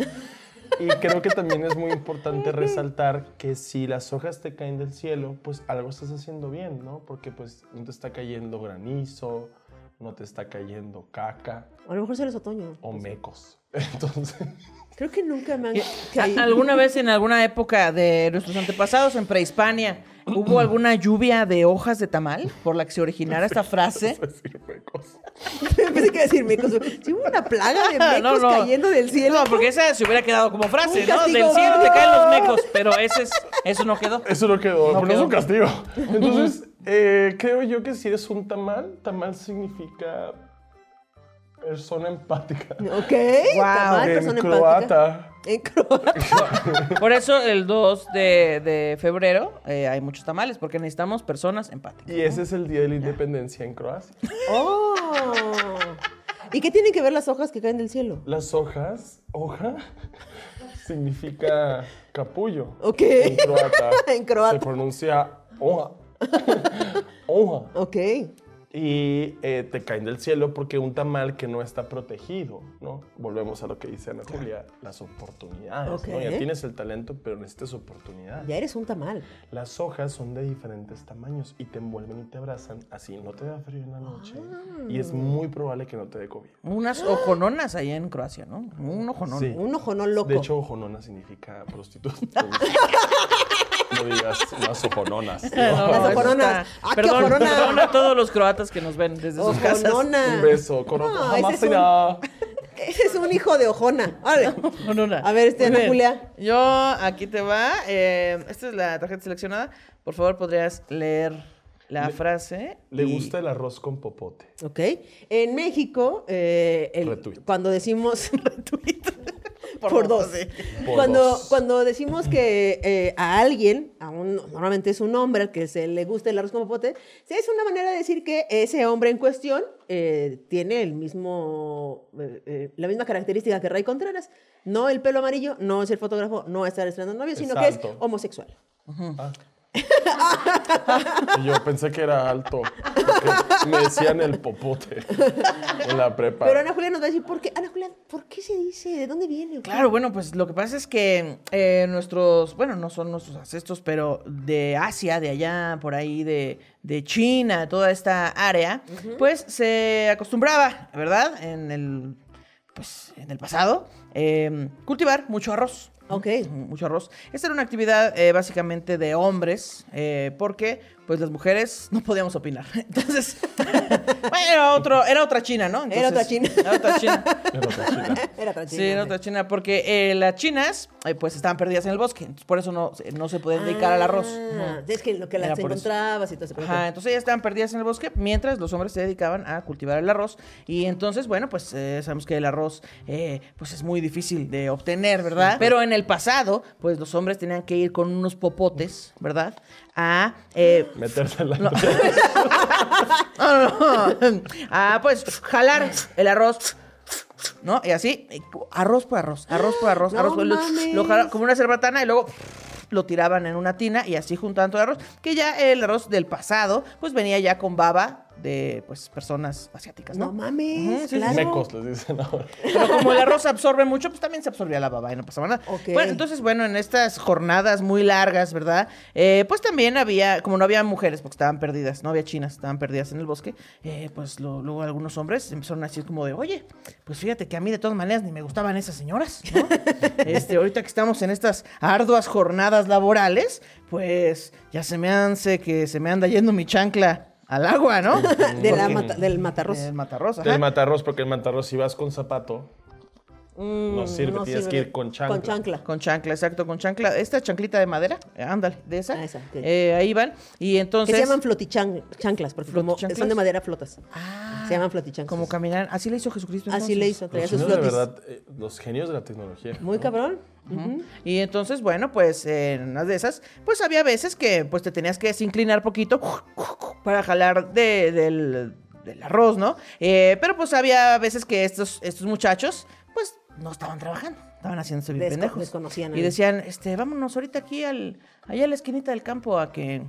S4: Y creo que también es muy importante resaltar que si las hojas te caen del cielo, pues algo estás haciendo bien, ¿no? Porque pues no te está cayendo granizo, no te está cayendo caca
S2: A lo mejor solo es otoño. Pues,
S4: o mecos. Entonces...
S2: Creo que nunca me han
S1: A-
S2: caído.
S1: ¿Alguna vez en alguna época de nuestros antepasados, en prehispania, hubo alguna lluvia de hojas de tamal por la que se originara esta frase?
S4: decir mecos.
S2: Pensé que iba a decir mecos. Si hubo una plaga de mecos
S1: Ah, No, no.
S2: cayendo del cielo.
S1: No, porque esa se hubiera quedado como frase,
S2: Un
S1: ¿no?
S2: castigo.
S1: Del cielo te caen los mecos, pero ese es, eso no quedó.
S4: Eso no quedó,
S1: No
S4: pero no es
S1: quedó.
S4: un castigo. Entonces, eh, creo yo que si eres un tamal, tamal significa persona empática.
S2: Ok. Tamal,
S4: en
S2: Ah, persona empática.
S4: croata.
S2: En croata.
S1: Por eso el 2 de, de febrero eh, hay muchos tamales, porque necesitamos personas empáticas.
S4: Y ese es el día de la independencia en Croacia.
S2: Oh. ¿Y qué tienen que ver las hojas que caen del cielo?
S4: Las hojas, hoja, significa capullo.
S2: Ok.
S4: En croata.
S2: En croata.
S4: Se pronuncia hoja. hoja.
S2: Ok.
S4: Y eh, te caen del cielo porque un tamal que no está protegido, ¿no? Volvemos a lo que dice Ana Julia, las oportunidades, ¿no?
S2: Ok.
S4: Ya tienes el talento, pero necesitas oportunidades.
S2: Ya eres un tamal.
S4: Las hojas son de diferentes tamaños y te envuelven y te abrazan, así no te da frío en la noche y
S2: Ah.
S4: es muy probable que no te dé COVID.
S1: Unas ojononas allá en Croacia, ¿no? Un ojonón.
S4: Sí.
S2: Un ojo no loco.
S4: De hecho, ojonona significa prostituta. Entonces, no digas las ojononas. ¿no?
S2: Las
S1: eso
S2: ojoronas.
S1: está-
S2: ¡Ah, qué
S1: perdón,
S2: ojorona!
S1: perdón a todos los croatas que nos ven desde sus casas.
S2: Ojonona.
S4: Un beso, coro.
S2: No, ese
S4: jamás
S2: es un-
S4: será.
S2: Ese es un hijo de ojona. Órale.
S1: Ojonona.
S2: A ver,
S1: Muy
S2: este, Ana
S1: bien.
S2: Julia.
S1: Yo, aquí te va. eh, esta es la tarjeta seleccionada. Por favor, podrías leer la frase.
S4: Le
S1: y-
S4: gusta el arroz con popote.
S2: Ok. En México, eh, el-
S4: Retweet.
S2: cuando decimos retweet, por, dos.
S4: Por
S2: cuando,
S4: dos.
S2: cuando decimos que eh, a alguien, a un, normalmente es un hombre al que se le gusta el arroz con popote, sí, es una manera de decir que ese hombre en cuestión eh, tiene el mismo, eh, eh, la misma característica que Ray Contreras. No el pelo amarillo, no es el fotógrafo, no estar estrenando novio, sino que es
S4: Exacto.
S2: homosexual.
S4: Ah. Y yo pensé que era alto. porque Me decían el popote en la prepa.
S2: Pero Ana Julia nos va a decir, ¿por qué? Ana Julia, ¿por qué se dice? ¿De dónde viene?
S1: Claro, bueno, pues lo que pasa es que eh, nuestros, bueno, no son nuestros ancestros, pero de Asia, de allá, por ahí, de, de China, toda esta área, pues se acostumbraba, ¿verdad? En el, pues, en el pasado, eh, cultivar mucho arroz.
S2: Ok.
S1: Mucho arroz. Esta era una actividad eh, básicamente de hombres, eh, porque pues las mujeres no podíamos opinar. Entonces, bueno, era, otro, era otra China, ¿no?
S2: Era otra
S1: Entonces,
S2: China.
S1: Era otra China.
S4: Era otra chica.
S2: Era tranquila.
S1: Sí, en otra China, porque eh, las chinas eh, pues estaban perdidas en el bosque, entonces por eso no, se- no se podían dedicar al arroz.
S2: Ah, Es que lo que
S1: Era
S2: las
S1: por eso.
S2: encontrabas y todo eso.
S1: Ajá, entonces ellas estaban perdidas en el bosque mientras los hombres se dedicaban a cultivar el arroz. Y entonces, bueno, pues eh, sabemos que el arroz eh, pues es muy difícil de obtener, ¿verdad? Pero en el pasado, pues los hombres tenían que ir con unos popotes, ¿verdad? A eh,
S4: Meterse en la.
S1: Ah, pues jalar el arroz. ¿No? Y así, y arroz por arroz, arroz por arroz,
S2: No
S1: arroz por lo-
S2: mames.
S1: Lo jalaban como una cerbatana y luego lo tiraban en una tina y así juntaban todo el arroz. Que ya el arroz del pasado, pues venía ya con baba de pues personas asiáticas,
S2: No
S1: ¿no?
S2: mames,
S1: Ujú, sí, sí,
S2: claro.
S4: Mecos, les dicen ahora.
S1: Pero como el arroz absorbe mucho, pues también se absorbía la baba y no pasaba nada.
S2: Ok.
S1: Bueno, entonces, bueno, en estas jornadas muy largas, ¿verdad? Eh, pues también había, como no había mujeres, porque estaban perdidas, no había chinas, estaban perdidas en el bosque, eh, pues lo- luego algunos hombres empezaron a decir como de, oye, pues fíjate que a mí de todas maneras ni me gustaban esas señoras, ¿no? este, ahorita que estamos en estas arduas jornadas laborales, pues ya se me hace que se me anda yendo mi chancla al agua, ¿no?
S2: De la mata- del matarroz.
S1: El matarroz, ajá.
S4: Del matarros, porque el matarros, si vas con zapato,
S1: mm,
S4: no sirve.
S2: no
S4: tienes
S2: sirve.
S4: que ir con chancla.
S2: Con chancla.
S1: Con chancla, exacto, con chancla. Esta chanclita de madera, eh, ándale, de esa.
S2: Ah, esa, ok.
S1: Eh, ahí van. Y
S2: Que
S1: entonces.
S2: se llaman flotichanclas, porque como
S1: ¿Flotichanclas?
S2: son de madera flotas.
S1: Ah,
S2: se llaman flotichanclas.
S1: Como caminar. Así le hizo Jesucristo.
S2: Así
S1: entonces.
S2: le hizo, traía
S4: Los
S2: sus
S4: chinos, de
S2: flotis.
S4: verdad, eh, los genios de la tecnología.
S2: Muy cabrón.
S1: Y entonces, bueno, pues en una de esas, pues había veces que pues te tenías que desinclinar poquito para jalar de- del, del arroz, ¿no? Eh, pero pues había veces que estos, estos muchachos, pues no estaban trabajando. Estaban haciéndose bien
S2: Desco-
S1: pendejos.
S2: desconocían
S1: Y
S2: ahí.
S1: decían, este, vámonos ahorita aquí al, allá a la esquinita del campo a que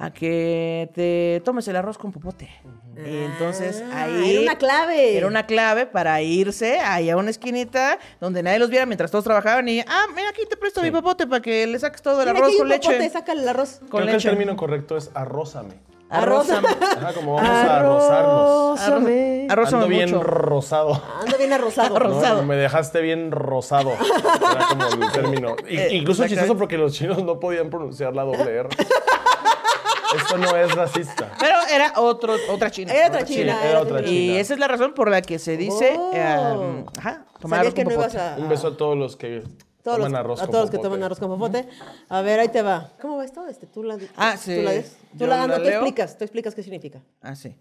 S1: a que te tomes el arroz con popote. Y entonces
S2: Ah,
S1: ahí
S2: Era una clave.
S1: era una clave para irse ahí a una esquinita donde nadie los viera mientras todos trabajaban y, ah, mira, aquí te presto mi papote para que le saques todo el
S2: Mira,
S1: arroz
S2: aquí hay
S1: con
S2: un popote,
S1: leche.
S2: saca el arroz.
S1: Con
S4: Creo que
S1: leche.
S4: el término correcto es arrózame.
S2: Arroz.
S1: Arrózame.
S4: Ajá, como vamos a rozarnos.
S2: Arrózame.
S1: Arrózame
S4: Ando bien
S1: mucho.
S4: rosado.
S2: Ando bien arrozado.
S4: ¿no?
S1: Arroz. Rosado.
S4: Me dejaste bien rosado. Era como el término. I-
S1: Eh,
S4: incluso
S1: exactamente.
S4: chistoso porque los chinos no podían pronunciar la doble R. Esto no es racista.
S1: Pero era otro, otra china.
S2: Era otra
S4: china,
S2: china.
S4: era
S2: era
S4: otra
S2: otra
S4: china.
S1: Y esa es la razón por la que se dice,
S2: Oh.
S1: eh, ajá, tomar
S2: Sabías
S1: arroz
S2: que
S1: con
S2: no ibas
S1: popote.
S2: a.
S4: Un beso a todos los que
S2: todos
S4: toman
S2: los-
S4: arroz
S2: a
S4: con
S2: todos los que
S4: popote.
S2: toman arroz con popote. A ver, ahí te va. ¿Cómo va esto? Este, tú la
S1: Ah, sí.
S2: Tú la des. Tú
S1: Yo
S2: la,
S1: la
S2: no, tú
S1: leo.
S2: explicas, tú explicas qué significa.
S1: Ah, sí.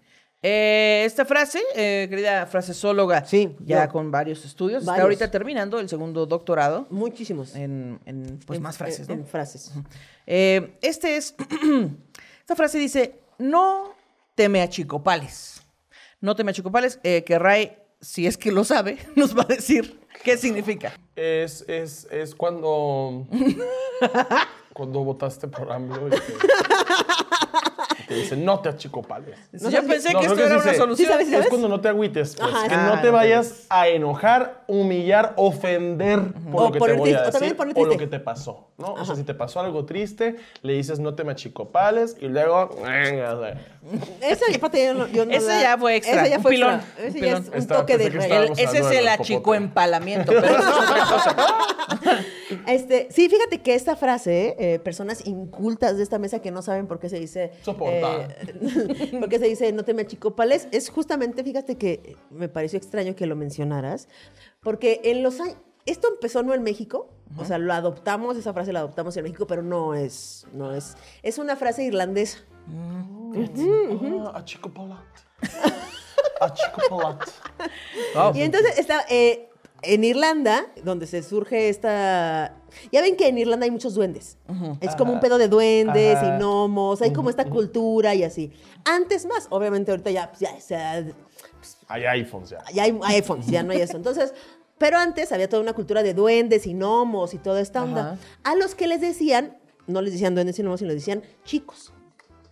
S1: Eh, esta frase, eh, querida frasesóloga,
S2: Sí,
S1: ya
S2: yo.
S1: con varios estudios, está
S2: Varios.
S1: ahorita terminando el segundo doctorado
S2: Muchísimos.
S1: en, en, pues,
S2: En-
S1: más frases. ¿no?
S2: En, en frases.
S1: Eh, este es, esta frase dice, no te me achicopales. No te me achicopales, eh, que Ray, si es que lo sabe, nos va a decir qué significa.
S4: Es, es, es cuando. cuando votaste por AMLO y te, y te dicen, no te achicopales.
S2: No
S1: Yo
S2: sabes-
S1: pensé
S4: No,
S1: que
S4: creo
S1: esto era
S4: sí
S1: una
S4: sé.
S1: solución.
S2: ¿Sí sabes?
S4: Es cuando no te agüites, pues.
S2: Ajá,
S4: que
S2: ah,
S4: no te
S1: no
S4: vayas a enojar, humillar, ofender por
S2: O
S4: lo que te
S2: poner
S4: voy a
S2: triste, o también
S4: decir
S2: poner
S4: o lo
S2: triste.
S4: que te pasó, ¿no? O sea, si te pasó algo triste, le dices no te machicopales y luego...
S2: Esa parte yo no, yo no
S1: Esa
S2: la-
S1: ya fue extra,
S2: Esa ya
S1: un
S2: fue
S1: pilón,
S2: extra.
S1: un
S2: Ese
S1: pilón.
S2: ya es un
S4: Estaba-
S2: toque de
S4: pensé que
S2: rey.
S4: estaba-
S1: El- ese es
S4: hablando
S1: el
S4: del popote.
S1: achicoempalamiento. Pero eso es otra cosa.
S2: Este, sí, fíjate que esta frase, eh, personas incultas de esta mesa que no saben por qué se dice.
S4: Soportar.
S2: eh, por qué se dice no te me achicopales, es justamente, fíjate que me pareció extraño que lo mencionaras, porque en los años. Esto empezó no en México, o sea, lo adoptamos, esa frase la adoptamos en México, pero no es. No es. Es una frase irlandesa.
S4: Ah, Achicopalate. Achicopalate. Oh.
S2: Y entonces está eh, en Irlanda, donde se surge esta. Ya ven que en Irlanda hay muchos duendes. Es como un pedo de duendes
S4: Ajá.
S2: y gnomos. Hay como esta cultura y así. Antes más, obviamente ahorita ya, pues, ya, o sea,
S4: Hay iPhones ya.
S2: ya hay iPhones, ya no hay eso. Entonces, pero antes había toda una cultura de duendes y gnomos y toda esta onda. A los que les decían, no les decían duendes y gnomos, sino les decían chicos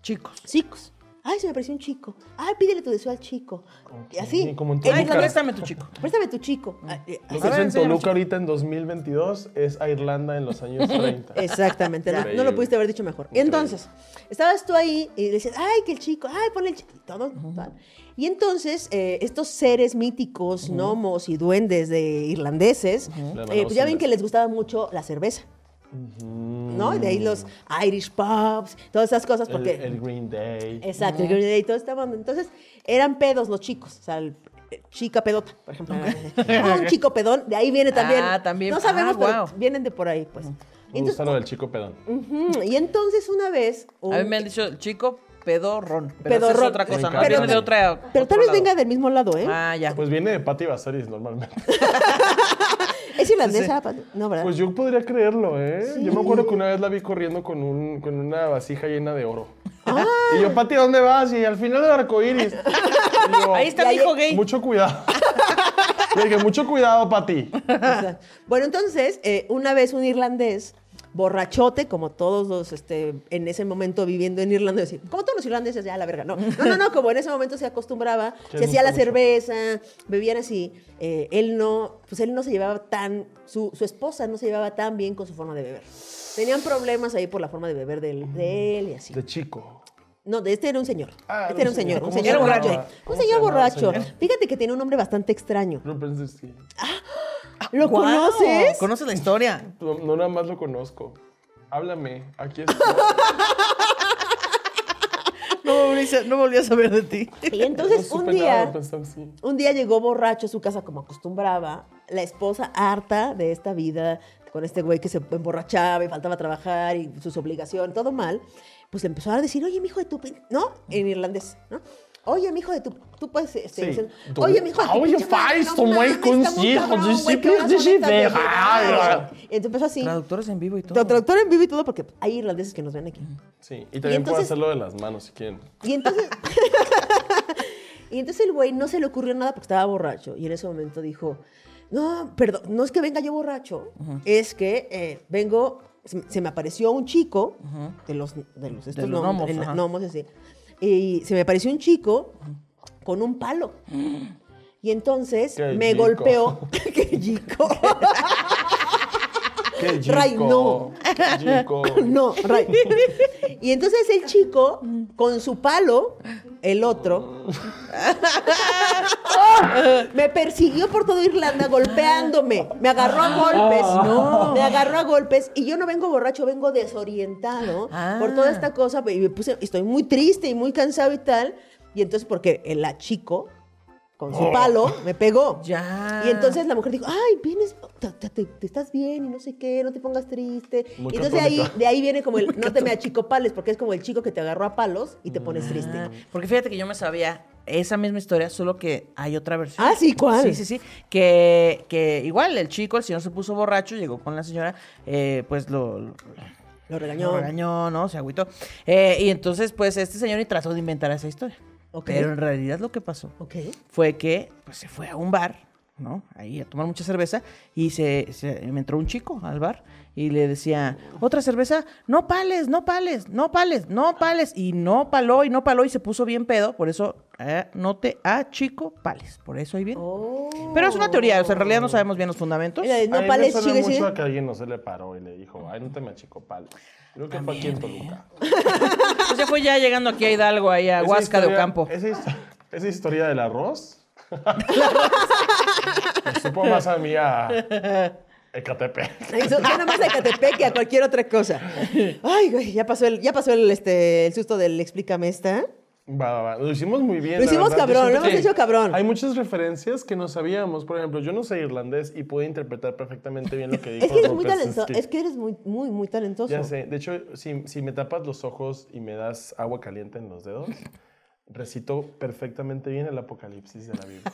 S1: Chicos.
S2: chicos. Ay, se me apareció un chico. Ay, pídele tu deseo al chico. Y así.
S4: como en
S2: Ay,
S1: Ay,
S4: Toluca.
S1: préstame tu chico.
S2: Préstame tu chico. Ah, eh,
S4: Lo
S2: así.
S4: que es en
S1: enséñame,
S4: Toluca ahorita en 2022 es a Irlanda en los años 30.
S2: Exactamente, no, no
S4: Increíble.
S2: lo pudiste haber dicho mejor. Y entonces, estabas tú ahí y decías, ay, que el chico, ay, pon el chico, y todo. tal. Y entonces, eh, estos seres míticos, gnomos y duendes de irlandeses,
S4: Le
S2: eh,
S4: mandamos
S2: pues ya
S4: un
S2: ven
S4: beso.
S2: que les gustaba mucho la cerveza. ¿No? Y de ahí los Irish pubs, todas esas cosas,
S4: El,
S2: porque. Eh,
S4: el Green Day.
S2: Exacto, el Green Day, toda esta banda. Entonces, eran pedos los chicos. O sea, el- eh, chica pedota, por ejemplo. Ah, un chico pedón, de ahí viene también.
S1: Ah, también.
S2: No sabemos,
S1: Ah,
S2: pero
S1: guau.
S2: vienen de por ahí, pues.
S4: Me gusta lo del chico pedón.
S2: Ujú, Mm, Y entonces una vez. un-
S1: A mí me han dicho el chico pedorrón. Pero eso
S2: Pedorrón.
S1: es otra cosa, ¿no?
S4: Pero-
S1: Viene de otra.
S2: Pero
S1: otro
S2: tal vez
S1: lado.
S2: venga del mismo lado, ¿eh?
S1: Ah, ya.
S4: Pues viene de Patti Basaris normalmente.
S2: es irlandesa, Pat- no, ¿verdad?
S4: Pues yo podría creerlo, ¿eh? Yo me acuerdo que una vez la vi corriendo con, un, con una vasija llena de oro.
S2: Ah.
S4: Y yo, Pati, ¿a dónde vas? Y al final del arco iris. Y yo,
S1: Ahí está mi hijo gay.
S4: Mucho cuidado. Le dije, mucho cuidado, Pati.
S2: O sea, bueno, entonces, eh, una vez un irlandés, borrachote, como todos los, este, en ese momento viviendo en Irlanda, decía, como todos los irlandeses, ya la verga, no, no, no, no, como en ese momento se acostumbraba,
S4: Que
S2: se hacía la
S4: nunca mucho.
S2: cerveza, bebían así, eh, él no, pues él no se llevaba tan, su, su esposa no se llevaba tan bien con su forma de beber. Tenían problemas ahí por la forma de beber del- de él y así.
S4: De chico.
S2: No, de este era un señor.
S4: Ah,
S2: este era un señor, un
S4: ¿Cómo se
S2: señor
S4: llamaba?
S2: borracho. Un
S4: ¿Cómo se
S2: señor
S4: llamaba el
S2: borracho.
S4: señor?
S2: Fíjate que tiene un nombre bastante extraño.
S4: No, pensé, sí.
S2: ¿Lo
S1: Guau,
S2: conoces?
S1: ¿Conoces la historia?
S4: No, no nada más lo conozco. Háblame. Aquí estoy.
S1: No volví, a- no volví a saber de ti.
S2: Y entonces
S4: No
S2: Pues un
S4: supe
S2: día,
S4: nada, pensaba, sí.
S2: un día llegó borracho a su casa como acostumbraba, la esposa harta de esta vida con este güey que se emborrachaba y faltaba a trabajar y sus obligaciones, todo mal, pues le empezó a decir, "Oye, mi hijo de tu, pin-", ¿no? En irlandés, ¿no? Oye, mi hijo de tu, tú puedes, este,
S4: Sí.
S2: dicen,
S4: Tú- Ah,
S2: oye, mi hijo de tu,
S4: Oye,
S2: pinche madre,
S4: Fausto,
S2: no
S4: muy
S2: mames, está muy
S4: conciso,
S2: cabrón,
S4: dice,
S2: güey, qué vas a
S4: dice,
S2: ahorita,
S4: dice,
S2: güey".
S4: ah.
S2: Y entonces empezó así,
S1: Traductores en vivo y todo.
S2: traductor en vivo y todo, porque hay irlandeses que nos ven aquí.
S4: Sí, y también puedo
S2: entonces-
S4: hacerlo de las manos si quieren.
S2: Y entonces. y entonces el güey no se le ocurrió nada porque estaba borracho. Y en ese momento dijo: No, perdón, no es que venga yo borracho, es que eh, vengo. Se, se me apareció un chico de los, de los, estos
S1: De los
S2: gnom-
S1: gnomos,
S2: en-
S1: ajá.
S2: gnomos, así. Y se me apareció un chico con un palo. Y entonces
S4: Qué
S2: me
S4: chico.
S2: golpeó. ¡Qué chico!
S4: ¡Qué
S2: Ray, no.
S4: Chico.
S2: No, Ray. Y entonces el chico, con su palo, el otro, me persiguió por todo Irlanda golpeándome. Me agarró a golpes.
S1: Ah.
S2: No. Me agarró a golpes. Y yo no vengo borracho, vengo desorientado
S1: Ah.
S2: por toda esta cosa. Y me puse, estoy muy triste y muy cansado y tal. Y entonces, porque el la chico. Con su palo, me pegó.
S1: Oh. Ya.
S2: Y entonces la mujer dijo, ay, vienes, te, te- te- te estás bien y no sé qué, no te pongas triste.
S4: Muy
S2: y entonces de ahí,
S4: católica.
S2: de ahí viene como el,
S4: Ah.
S2: no te me achicopales, porque es como el chico que te agarró a palos y te pones triste.
S1: Ah, Porque fíjate que yo me sabía esa misma historia, solo que hay otra versión.
S2: Ah, sí, ¿cuál?
S1: Sí, sí, sí. Que, que igual el chico, el señor se puso borracho, llegó con la señora, eh, pues lo, lo-
S2: Lo regañó.
S1: lo regañó, ¿no? Se agüitó. Eh, y entonces, pues este señor y trató de inventar esa historia.
S2: Ok.
S1: Pero en realidad lo que pasó
S2: Ok.
S1: fue que pues, se fue a un bar, ¿no? Ahí a tomar mucha cerveza y se, se- me entró un chico al bar y le decía, otra cerveza, no pales, no pales, no pales, no pales. Y no paló y no paló y se puso bien pedo, por eso eh, no te ah, chico pales, por eso ahí bien.
S2: Oh.
S1: Pero es una teoría, o sea, en realidad no sabemos bien los fundamentos.
S2: Mira,
S4: A
S2: no
S4: mí
S2: pales,
S4: me suena
S2: chigue,
S4: mucho
S2: chigue.
S4: a que alguien no se le paró y le dijo, ay, no te me achico pal. Creo que fue aquí en Toluca.
S1: ¿eh? Pues ya fue ya llegando aquí a Hidalgo, ahí a
S4: Esa
S1: Huasca de
S4: historia-
S1: Ocampo.
S4: Esa, histo- esa historia del arroz. Me supo más a mí a Ecatepec.
S2: Eso, ya nomás a Catepec que a cualquier otra cosa. Ay, güey, ya pasó el, ya pasó el, este, el susto del explícame esta.
S4: Va, va, va. Lo hicimos muy bien.
S2: Lo
S4: la
S2: hicimos
S4: verdad. Yo
S2: cabrón, lo
S4: siento
S2: hemos
S4: que
S2: hecho cabrón.
S4: Hay muchas referencias que no sabíamos. Por ejemplo, yo no sé irlandés y pude interpretar perfectamente bien lo que dijo.
S2: Es que eres muy
S4: Robert
S2: talentoso.
S4: Krasinski.
S2: Es que eres muy, muy, muy talentoso.
S4: Ya sé. De hecho, si, si me tapas los ojos y me das agua caliente en los dedos, recito perfectamente bien el apocalipsis de la Biblia.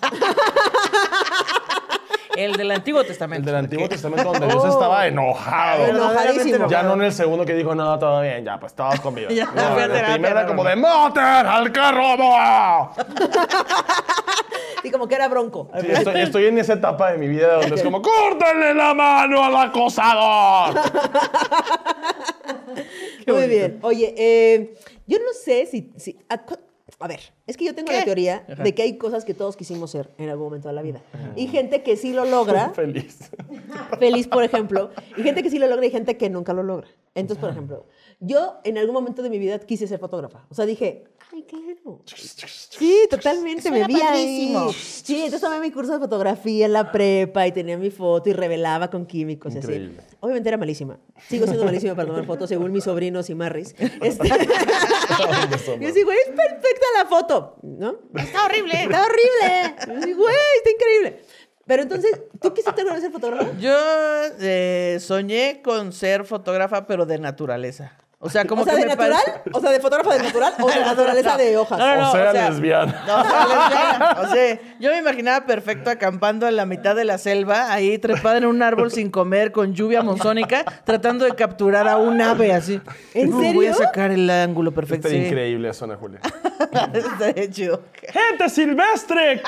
S1: El del Antiguo Testamento.
S4: El del Antiguo Testamento, donde
S1: Oh.
S4: Dios estaba enojado.
S2: Enojadísimo.
S4: Ya no en el segundo que dijo, no, todo bien, ya, pues todos conmigo.
S1: Ya,
S4: no,
S1: fui a
S4: en el
S1: terapia,
S4: primero era
S1: no,
S4: como
S1: no.
S4: de ¡Maten al que robo!
S2: Y como que era bronco.
S4: Sí, estoy, estoy en esa etapa de mi vida donde es como ¡Córtale la mano al acosador!
S2: Muy bien. Oye, eh, yo no sé si. si- a, cu- a ver, es que yo tengo la teoría de que hay cosas que todos quisimos ser en algún momento de la vida. Y gente que sí lo logra,
S4: Feliz.
S2: feliz, por ejemplo, y gente que sí lo logra y gente que nunca lo logra. Entonces, por ejemplo, yo en algún momento de mi vida quise ser fotógrafa. O sea, dije, ay, claro. Sí, totalmente, me vi ahí. Sí, entonces tomé mi curso de fotografía en la prepa y tenía mi foto y revelaba con químicos y
S4: Increíble.
S2: así. Obviamente era malísima. Sigo siendo malísima para tomar fotos, según mis sobrinos y Marris. Este- Yo así, güey, es perfecta la foto, ¿no? Está
S1: Eh.
S2: horrible. Está horrible. Yo así, güey, está increíble. Pero entonces, ¿tú quisiste alguna vez ser fotógrafo?
S1: Yo eh, soñé con ser fotógrafa, pero de naturaleza. O sea, como
S2: o sea,
S1: que
S2: de
S1: me
S2: natural,
S1: pare-
S2: o sea, de fotógrafa de natural o de naturaleza de hojas.
S1: No, no,
S4: o
S1: no,
S4: sea,
S1: o sea,
S4: lesbiana.
S1: No, o sea, lesbiana. O sea, yo me imaginaba perfecto acampando en la mitad de la selva, ahí trepada en un árbol sin comer, con lluvia monzónica, tratando de capturar a un ave así.
S2: ¿En
S1: No, Voy a
S2: serio?
S1: sacar el ángulo perfecto.
S4: Está
S1: pues sí.
S4: increíble eso, Ana Julia.
S1: Estaría chido.
S5: ¡Gente silvestre!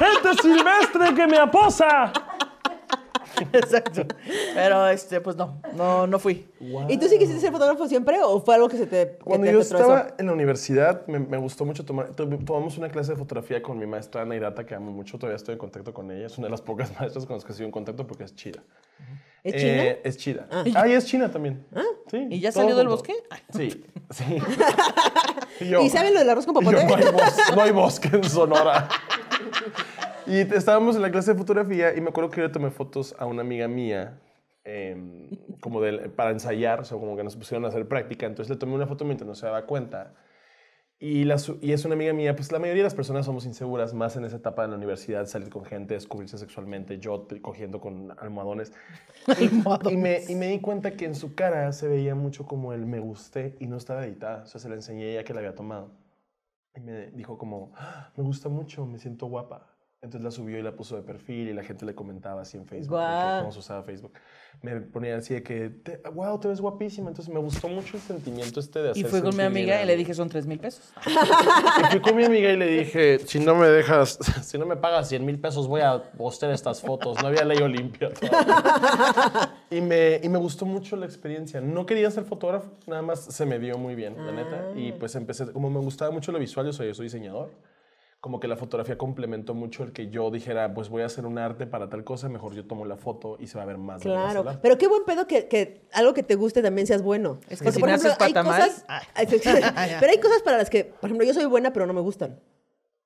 S5: ¡Gente silvestre que me aposa!
S1: Exacto. Pero este, pues no, no, no fui.
S2: ¿Y tú sí quisiste ser fotógrafo siempre o fue algo que se te que
S4: Cuando
S2: te
S4: yo
S2: atravesó?
S4: estaba en la universidad, me, me gustó mucho tomar. to- Tomamos una clase de fotografía con mi maestra Ana Irata, que amo mucho. Todavía estoy en contacto con ella. Es una de las pocas maestras con las que estoy en contacto porque es chida.
S2: ¿Es
S4: Eh,
S2: china? Ah.
S4: es chida. Ah. y es china también. Sí,
S1: ¿Y ya
S4: todo
S1: salió del
S4: junto.
S1: bosque?
S4: Sí, sí.
S2: ¿Y saben lo del arroz con
S4: yo,
S2: popote?
S4: no, hay bos- no hay bosque en Sonora. Y te- estábamos en la clase de fotografía y me acuerdo que yo le tomé fotos a una amiga mía em, como del- para ensayar, o sea, como que nos pusieron a hacer práctica. Entonces le tomé una foto mientras no se daba cuenta. Y, la su- y es una amiga mía, pues la mayoría de las personas somos inseguras, más en esa etapa de la universidad, salir con gente, descubrirse sexualmente, yo te- cogiendo con almohadones. Y me, y me di cuenta que en su cara se veía mucho como el me gusté y no estaba editada. O sea, se la enseñé a ella que la había tomado. Y me dijo como, "Ah, me gusta mucho, me siento guapa. Entonces la subió y la puso de perfil y la gente le comentaba así en Facebook, de que
S2: Guau.
S4: cómo se usaba Facebook. Me ponía así de que, "Te- wow, te ves guapísima. Entonces me gustó mucho el sentimiento este de hacer
S1: Y fui con mi
S4: sentir
S1: amiga y
S4: al-
S1: le dije, son tres mil pesos.
S4: y fui con mi amiga y le dije, si no me dejas, si no me pagas 100 mil pesos, voy a postear estas fotos. No había ley Olimpia. todavía. Y me, y me gustó mucho la experiencia. No quería ser fotógrafo, nada más se me dio muy bien, la neta.
S2: Ah.
S4: Y pues empecé, como me gustaba mucho lo visual, yo soy, yo soy diseñador. Como que la fotografía complementó mucho el que yo dijera, pues voy a hacer un arte para tal cosa, mejor yo tomo la foto y se va a ver más. de lo que vas a
S2: Claro,
S4: hablar.
S2: pero qué buen pedo que, que algo que te guste también seas bueno.
S1: Es que
S2: Porque,
S1: si
S2: por
S1: naces
S2: ejemplo, hay
S1: patamal,
S2: cosas,
S1: Ah,
S2: pero hay cosas para las que, por ejemplo, yo soy buena pero no me gustan.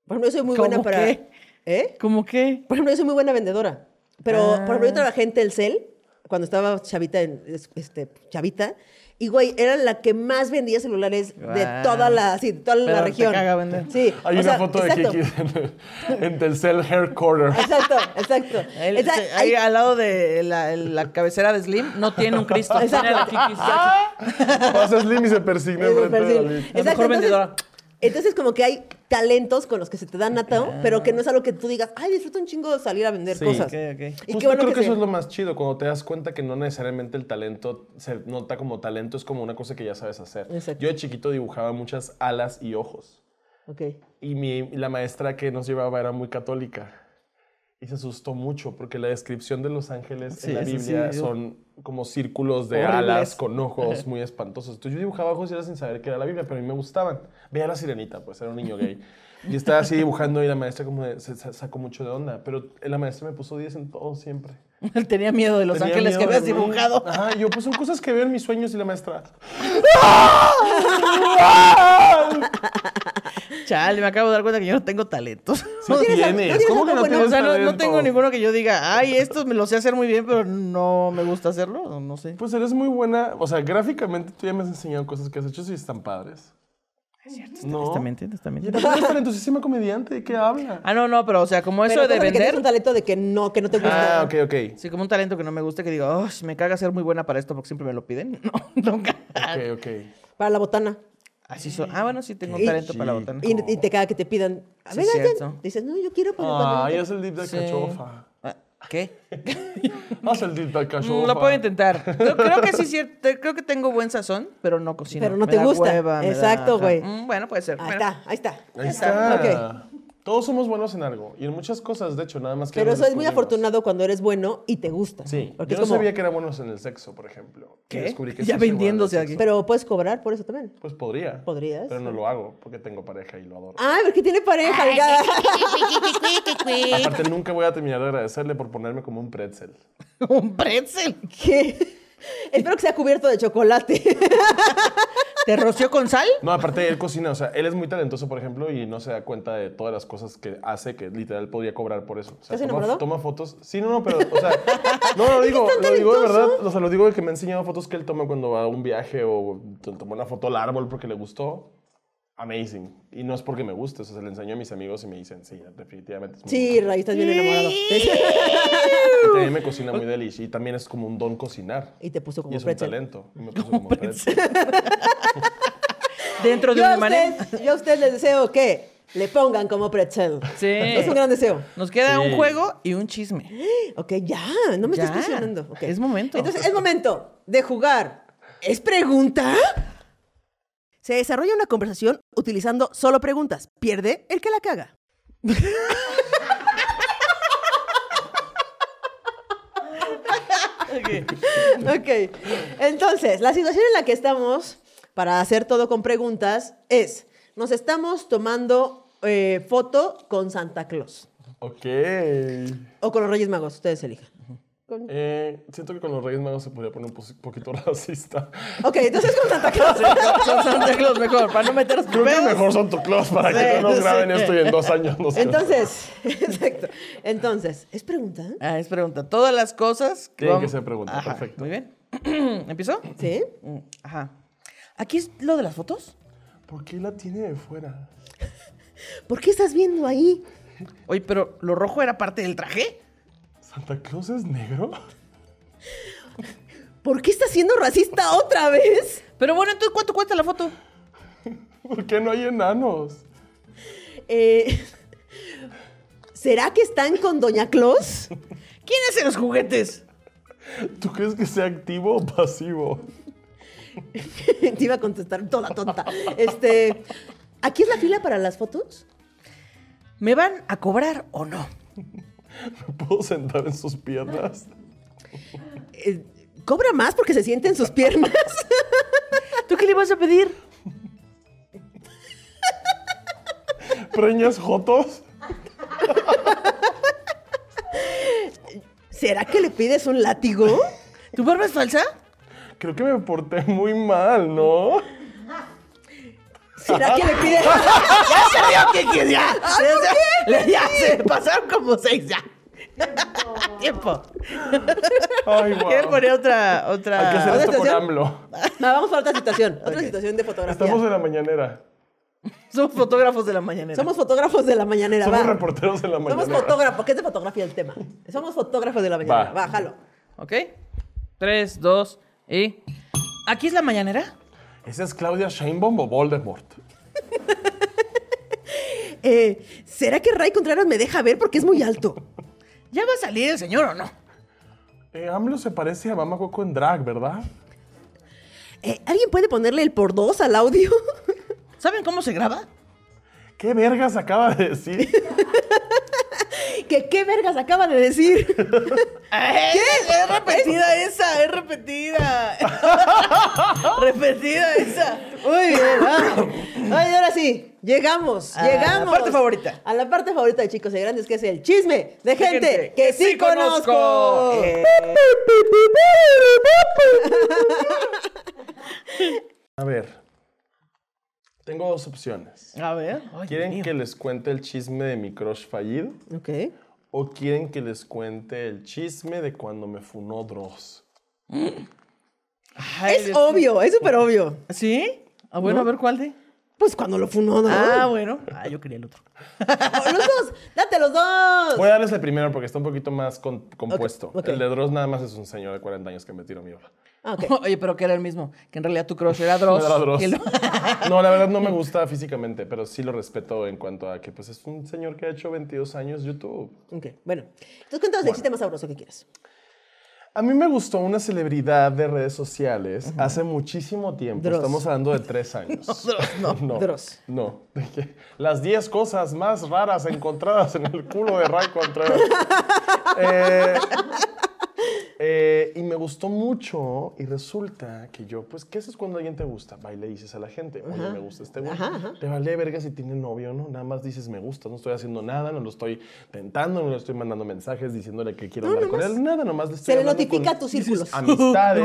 S2: Por ejemplo, yo soy muy buena
S1: ¿Cómo
S2: para,
S1: qué?
S2: ¿eh?
S1: ¿Cómo qué?
S2: Por ejemplo, yo soy muy buena vendedora, pero por
S1: Ah.
S2: ejemplo, yo trabajé en Telcel cuando estaba chavita, en, es- este, chavita, y güey, era la que más vendía celulares de
S1: Guau.
S2: toda la, sí, de toda la
S1: Pero te
S2: región.
S1: caga vender.
S2: Sí,
S4: Hay
S2: o
S4: una
S2: sea,
S4: foto
S2: exacto,
S4: de Kiki en, en Telcel Hair Corner.
S2: Exacto, exacto.
S1: Él-
S2: Esa-
S1: se-
S2: hay-
S1: ahí al lado de la, la cabecera de Slim no tiene un Cristo. tiene
S2: Exacto.
S1: la Kikis.
S4: Pasa Slim y se persigna
S2: Es
S4: enfrente de
S2: perfil.
S4: David.
S1: La mejor vendedora.
S2: Entonces, como que hay talentos con los que se te dan nato,
S1: Ah.
S2: pero que no es algo que tú digas, ay, disfruto un chingo salir a vender
S4: Sí,
S2: cosas.
S1: Ok, ok.
S2: Y
S4: Justo
S2: qué bueno que,
S4: creo que,
S2: se-
S4: eso es lo más chido, cuando te das cuenta que no necesariamente el talento se nota como talento, es como una cosa que ya sabes hacer.
S2: Exacto.
S4: Yo de chiquito dibujaba muchas alas y ojos.
S2: Ok.
S4: Y mi, la maestra que nos llevaba era muy católica. Y se asustó mucho porque la descripción de los ángeles
S1: Sí,
S4: en la
S1: eso sí,
S4: Biblia
S1: yo-
S4: son como círculos de
S1: Horribles.
S4: alas con ojos muy espantosos. Entonces yo dibujaba ojos y era sin saber qué era la Biblia, pero a mí me gustaban. Veía a la sirenita, pues era un niño gay. Y estaba así dibujando y la maestra como de- se sa- sacó mucho de onda. Pero la maestra me puso 10 en todo siempre.
S1: Él tenía miedo de los
S4: Tenía
S1: ángeles que
S4: miedo de
S1: habías
S4: mí.
S1: dibujado.
S4: Ajá, yo pues son cosas que veo en mis sueños y la maestra.
S1: Chale, me acabo de dar cuenta que yo no tengo talentos.
S4: Sí
S2: tienes a- no
S4: tienes.
S2: tienes
S4: ¿Cómo que no
S2: algo bueno?
S4: tienes
S1: o sea, no, no
S4: talento?
S1: tengo ninguno que yo diga, ay, esto me lo sé hacer muy bien, pero no me gusta hacerlo, no sé.
S4: Pues eres muy buena. O sea, gráficamente tú ya me has enseñado cosas que has hecho y están padres. Es cierto, no.
S1: Justamente,
S4: Y
S1: justamente.
S4: aparte eres talentosísima comediante. ¿De qué habla?
S1: Ah, no, no, pero o sea, como eso
S2: Pero
S1: de
S2: cosa que tienes
S1: vender,
S2: un talento de que no, que no te gusta.
S4: Ah, ok, ok.
S1: sí, como un talento que no me gusta, que digo, oh, me caga ser muy buena para esto porque siempre me lo piden. No, nunca.
S4: Ok, ok.
S2: Para la botana.
S1: Así son. Ah, bueno, sí tengo
S2: Y-
S1: un talento para la botana.
S2: Y, y te caga que te pidan. A
S1: Sí,
S2: ver, ya-
S1: cierto.
S2: dices, no, yo quiero. Pero
S4: Ah,
S2: cuando-
S4: Ay, haz el deep de
S1: Sí.
S4: cachofa.
S1: Ah, ¿Qué?
S4: Haz el deep de cachofa.
S1: Mm, Lo puedo intentar. Creo, creo que sí, cierto. Creo que tengo buen sazón, pero no cocino.
S2: Pero no
S1: Me
S2: te
S1: da
S2: gusta.
S1: hueva, me da-
S2: Exacto,
S1: ajá.
S2: güey.
S1: Mm, bueno, puede ser.
S2: Ahí
S1: Bueno.
S2: está, ahí está.
S4: Ahí está. Todos somos buenos en algo. Y en muchas cosas, de hecho, nada más que.
S2: Pero
S4: no
S2: eso es muy
S4: descubrimos.
S2: afortunado cuando eres bueno y te gusta.
S4: Sí.
S2: Porque
S4: Yo
S2: es
S4: no
S2: como,
S4: sabía que eran buenos en el sexo, por ejemplo. Y
S1: ¿Qué?
S4: descubrí
S1: Ya
S4: que sí soy bueno en el
S1: vendiéndose
S4: sexo.
S1: aquí.
S2: Pero puedes cobrar por eso también.
S4: Pues podría.
S2: Podrías. Ah.
S4: Pero no lo hago porque tengo pareja y lo adoro.
S2: Ay, porque tiene pareja. delgada.
S4: Aparte, nunca voy a terminar de agradecerle por ponerme como un pretzel.
S1: Un pretzel.
S2: ¿Qué? Espero que sea cubierto de chocolate.
S1: ¿Te roció con sal?
S4: No, aparte, él cocina, o sea, él es muy talentoso, por ejemplo, y no se da cuenta de todas las cosas que hace que literal podría cobrar por eso. O sea,
S2: ¿Estás
S4: toma,
S2: enamorado?
S4: toma fotos. Sí, no, no, pero, o sea, no, lo digo, lo digo de verdad, o sea, lo digo de que me ha enseñado fotos que él toma cuando va a un viaje o to- tomó una foto al árbol porque le gustó. Amazing. Y no es porque me guste, o sea, se le enseño a mis amigos y me dicen, sí, definitivamente es muy
S2: Sí, Ray, estás bien enamorado.
S4: bonito". Y también me cocina muy delish y también es como un don cocinar.
S2: Y te puso como
S4: Y es un
S2: pretzel.
S4: talento. Y me puso como pretzel.
S1: Dentro de
S2: Yo a,
S1: una manera.
S2: usted, yo a usted les deseo que le pongan como pretzel.
S1: Sí.
S2: Es un gran deseo.
S1: Nos queda
S4: Sí.
S1: un juego y un chisme.
S2: Ok, ya, no me
S1: Ya,
S2: estás presionando. Ok.
S1: es momento.
S2: Entonces, es momento de jugar. ¿Es pregunta? Se desarrolla una conversación utilizando solo preguntas. Pierde el que la caga. ok, entonces, la situación en la que estamos para hacer todo con preguntas es, nos estamos tomando eh, foto con Santa Claus
S4: ok.
S2: o con los Reyes Magos, ustedes elijan.
S4: Eh, siento que con los Reyes Magos se podría poner un pos- poquito racista.
S2: Ok, entonces con Santa Claus.
S1: Son Santa Claus mejor, para no meter los
S4: Creo que
S1: pedos.
S4: mejor son tu Claus para que no nos
S1: sí.
S4: graben esto y en dos años nos
S2: Entonces, exacto. Entonces, ¿es pregunta?
S1: Ah, es pregunta. Todas las cosas que.
S4: Tiene que
S1: vamos-
S4: ser pregunta,
S1: Ajá,
S4: perfecto.
S1: Muy bien. ¿Empezó?
S2: ¿Sí?
S1: Mm, Ajá. ¿Aquí es lo de las fotos?
S4: ¿Por qué la tiene de fuera?
S2: ¿Por qué estás viendo ahí?
S1: Oye, pero ¿lo rojo era parte del traje?
S4: ¿Santa Claus es negro?
S2: ¿Por qué estás siendo racista otra vez?
S1: Pero bueno, entonces, ¿cuánto cuesta la foto?
S4: ¿Por qué no hay enanos?
S2: Eh, ¿Será que están con Doña Claus?
S1: ¿Quién hace los juguetes?
S4: ¿Tú crees que sea activo o pasivo?
S2: Te iba a contestar toda tonta. Este, ¿Aquí es la fila para las fotos?
S1: ¿Me van a cobrar o no?
S4: ¿Me puedo sentar en sus piernas?
S2: Eh, ¿Cobra más porque se sienten sus piernas?
S1: ¿Tú qué le vas a pedir?
S4: ¿Preñas jotos?
S2: ¿Será que le pides un látigo?
S1: ¿Tu barba es falsa?
S4: Creo que me porté muy mal, ¿no?
S2: ¿Será que le pides... Ah,
S1: ¡Ya se vio que, que ya! ya, le- ya se pasaron como seis ya. Tiempo.
S4: Ay, wow.
S1: Quiero poner otra, otra.
S4: Hay que hacer esto con
S2: situación?
S4: AMLO.
S2: No, vamos a otra situación. Otra situación de fotografía.
S4: Estamos en la mañanera.
S1: Somos fotógrafos de la mañanera.
S2: Somos fotógrafos de la mañanera.
S4: Somos
S2: va.
S4: reporteros en la
S2: Somos
S4: mañanera.
S2: fotógrafos, ¿qué es de fotografía el tema? Somos fotógrafos de la mañana.
S4: Va.
S2: Bájalo.
S1: ¿Ok? Tres, dos y. ¿Aquí es la mañanera?
S4: Esa es Claudia Sheinbaum o Voldemort.
S2: eh, ¿será que Ray Contreras me deja ver porque es muy alto?
S1: ¿Ya va a salir el señor o no?
S4: Eh, AMLO se parece a Mama Coco en drag, ¿verdad?
S2: Eh, ¿Alguien puede ponerle el por dos al audio?
S1: ¿Saben cómo se graba?
S4: ¿Qué vergas acaba de decir?
S2: que qué vergas acaba de decir.
S1: ¿Qué? Es
S2: ¿Eh?
S1: repetida esa, es repetida. repetida esa.
S2: Muy bien. ah. Ay, ahora sí, llegamos,
S1: A la
S2: llegamos.
S1: parte favorita.
S2: A la parte favorita de chicos y grandes, que es el chisme de gente,
S1: gente
S2: que,
S1: que
S2: sí
S1: sí conozco.
S2: conozco.
S1: Eh.
S4: A ver. Tengo dos opciones.
S1: A ver. Ay,
S4: ¿Quieren que les cuente el chisme de mi crush fallido?
S2: Ok.
S4: ¿O quieren que les cuente el chisme de cuando me funó Dross?
S1: ay,
S2: Es
S1: Dios.
S2: obvio, es súper obvio.
S1: ¿Sí? Ah, bueno, a ver cuál de.
S2: Pues cuando lo funó, ¿no?
S1: Ah, bueno. Ah, yo quería el otro.
S2: los dos, date los dos.
S4: Voy a darles el primero porque está un poquito más con- compuesto.
S2: ok.
S4: El de Dross nada más es un señor de 40 años que me tiró mierda.
S2: Ah, ok.
S1: Oye, pero que era el mismo. Que en realidad tu crush era Dross.
S4: No era Dross.
S1: y lo-
S4: No, la verdad no me gusta físicamente, pero sí lo respeto en cuanto a que pues es un señor que ha hecho 22 años YouTube.
S2: Ok, bueno. Entonces cuéntanos el chiste más sabroso que quieras.
S4: A mí me gustó una celebridad de redes sociales hace muchísimo tiempo.
S2: Dross.
S4: Estamos hablando de tres años. No, no.
S2: Dross.
S4: No. ¿De qué? Las 10 cosas más raras encontradas en el culo de Ray Contreras. Eh, eh, y me gustó mucho y resulta que yo, pues, ¿qué haces cuando alguien te gusta? Va y le dices a la gente, oye, me gusta este güey. Te vale verga si tiene novio o no, nada más dices me gusta, no estoy haciendo nada, no lo estoy tentando, no le estoy mandando mensajes diciéndole que quiero hablar con él, nada, nomás le
S2: Se
S4: estoy
S2: le
S4: hablando
S2: notifica
S4: con
S2: a tus círculos.
S4: Amistades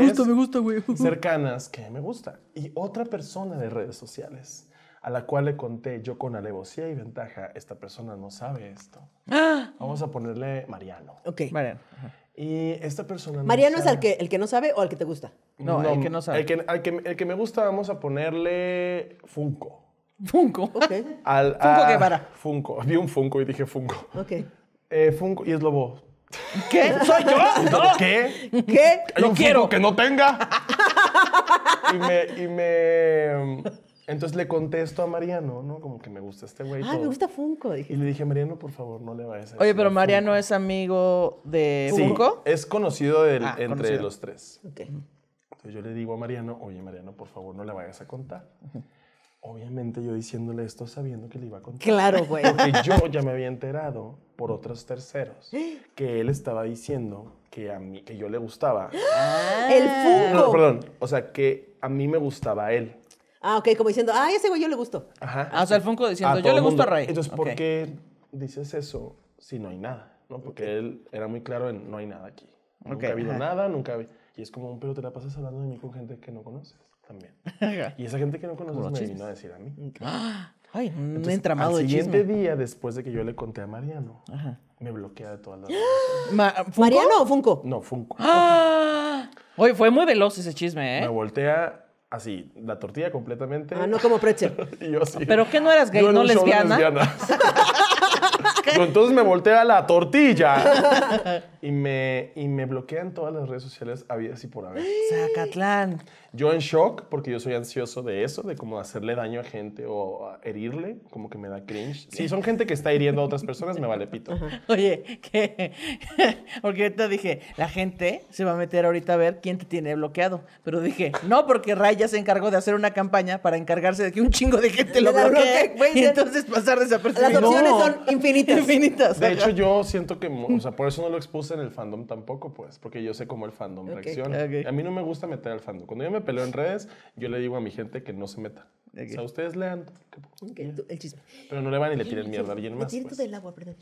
S1: Me gusta, me gusta, güey.
S4: cercanas que me gusta. Y otra persona de redes sociales a la cual le conté yo con alevosía y ventaja, esta persona no sabe esto. Vamos a ponerle Mariano.
S2: Ok.
S1: Mariano.
S4: Y esta persona... no
S2: Mariano es
S4: sabe-
S2: al que, el que no sabe o al que te gusta.
S1: No, el que no sabe.
S4: El que, al que- el que me gusta vamos a ponerle Funko.
S1: Funko.
S2: Ok,
S4: Al, ah,
S1: Funko Guevara.
S4: Funko. Vi un Funko y dije Funko.
S2: ok.
S4: Eh, Funko y es lobo.
S1: ¿Qué? ¿Soy yo?
S4: ¿Pero ¿Qué?
S2: ¿Qué?
S4: Hay
S1: Lo
S4: un
S1: quiero.
S4: Funko que no tenga. y me, y me- Entonces le contesto a Mariano, ¿no? Como que me gusta este güey.
S2: Ah,
S4: todo.
S2: me gusta Funko.
S4: Y
S2: Dije.
S4: le dije, Mariano, por favor, no le vayas a
S1: Oye,
S4: decir
S1: pero
S4: a
S1: Mariano es amigo de
S4: Funko. Sí,
S1: Funko.
S4: es conocido del-
S1: Ah,
S4: entre
S1: conocido.
S4: los tres.
S2: Ok.
S4: Entonces yo le digo a Mariano, oye, Mariano, por favor, no le vayas a contar. Obviamente yo diciéndole esto sabiendo que le iba a contar.
S2: Claro, güey.
S4: Porque yo ya me había enterado por otros terceros que él estaba diciendo que a mí, que yo le gustaba.
S2: El
S4: No,
S2: Funko.
S4: Ah, perdón. O sea, que a mí me gustaba él.
S2: Ah, ok, como diciendo, ay, ese güey yo le gusto.
S4: Ajá.
S1: Ah, o sea, el Funko diciendo, yo
S4: todo
S1: le
S4: el
S1: gusto a
S4: mundo.
S1: Ray.
S4: Entonces, ¿por
S1: Ok.
S4: qué dices eso si no hay nada? ¿no? Porque él era muy claro en no hay nada aquí. Nunca
S1: Ok,
S4: ha habido
S1: ajá.
S4: nada, nunca ha habido. Y es como, pero te la pasas hablando de mí con gente que no conoces también. y esa gente que no conoces me vino a decir a mí.
S1: Ay, un
S4: Entonces,
S1: entramado de
S4: al siguiente
S1: chisme.
S4: día, después de que yo le conté a Mariano,
S1: Ajá.
S4: me bloquea de todas las redes.
S1: Ma- ¿Funko?
S2: ¿Mariano o Funko?
S4: No, Funko.
S1: ¡Ah! Oye, fue muy veloz ese chisme,
S4: Me
S1: ¿eh?
S4: voltea así, la tortilla completamente.
S2: Ah, no como pretzel.
S4: Y yo así.
S1: ¿Pero qué no eras gay,
S4: Yo en
S1: no
S4: un show de
S1: lesbiana?
S4: lesbianas. Entonces me voltea la tortilla y me, y me bloquean todas las redes sociales habidas y por haber.
S1: Zacatlán.
S4: Yo en shock porque yo soy ansioso de eso, de como hacerle daño a gente o a herirle, como que me da cringe. Si son gente que está hiriendo a otras personas, me vale pito.
S1: Oye, que. Porque ahorita dije, la gente se va a meter ahorita a ver quién te tiene bloqueado. Pero dije, no, porque Ray ya se encargó de hacer una campaña para encargarse de que un chingo de gente lo
S2: La
S1: bloquee.
S2: bloquee, güey,
S1: Y
S2: ya-
S1: entonces pasar
S2: Las
S1: desapercibido.
S2: opciones
S1: No.
S2: son infinitas.
S1: infinitas.
S4: De hecho, yo siento que, mo- o sea, por eso no lo expuse en el fandom tampoco, pues, porque yo sé cómo el fandom reacciona.
S1: ok.
S4: A mí no me gusta meter al fandom. Cuando yo me peleo en redes, yo le digo a mi gente que no se meta. O sea, ustedes lean,
S2: Ok, tú- el chisme.
S4: pero no le van y le tiren mierda a alguien
S2: Me
S4: más.
S2: tiré tú
S4: pues.
S2: del agua, perdón.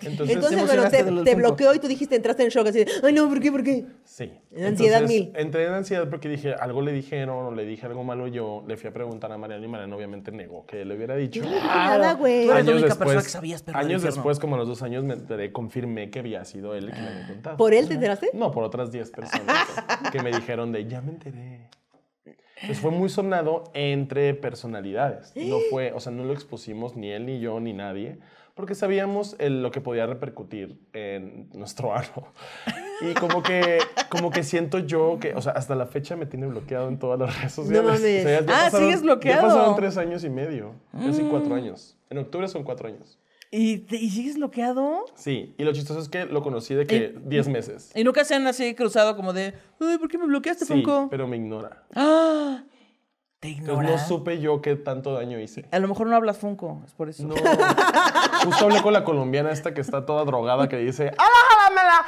S4: Entonces,
S2: Entonces, bueno,
S1: emocionaste
S2: te,
S1: de los
S2: te
S1: Funko.
S2: bloqueó y tú dijiste, entraste en shock así de, ay, no, ¿por qué, por qué?
S4: sí.
S2: en ansiedad
S4: Entonces,
S2: mil.
S4: Entré en ansiedad porque dije, algo le dijeron o le dije algo malo yo. Le fui a preguntar a Mariano y Mariano obviamente negó que le hubiera dicho.
S2: Nada, güey.
S1: Tú eres la única persona que sabías, pero del
S4: años
S1: infierno.
S4: después, como a los dos años, me enteré, confirmé que había sido él el que me había contado.
S2: ¿Por él te enteraste?
S4: No, por otras 10 personas que me dijeron de, ya me enteré. Pues fue muy sonado entre personalidades. No fue, o sea, no lo expusimos ni él, ni yo, ni nadie, porque sabíamos el- lo que podía repercutir en nuestro ano. Y como que, como que siento yo que, o sea, hasta la fecha me tiene bloqueado en todas las redes sociales.
S2: mames.
S4: O sea, ya- ya
S1: Ah,
S4: pasaron-
S1: ¿sigues bloqueado? Mm.
S4: Ya pasaron tres años y medio, casi cuatro años. En octubre son cuatro años.
S1: ¿Y, te- y sigues bloqueado?
S4: Sí, y lo chistoso es que lo conocí de
S1: Eh,
S4: que 10 meses.
S1: Y nunca se han así cruzado como de, "Ay, ¿por qué me bloqueaste,
S4: Sí,
S1: Funko?
S4: pero me ignora.
S1: ¡Ah! Te
S4: Entonces
S1: ignora.
S4: no supe yo qué tanto daño hice.
S1: A lo mejor no hablas Funko, es por eso.
S4: No. Justo hablé con la colombiana esta que está toda drogada que dice, ¡Ah,
S5: ¡Alájalamela!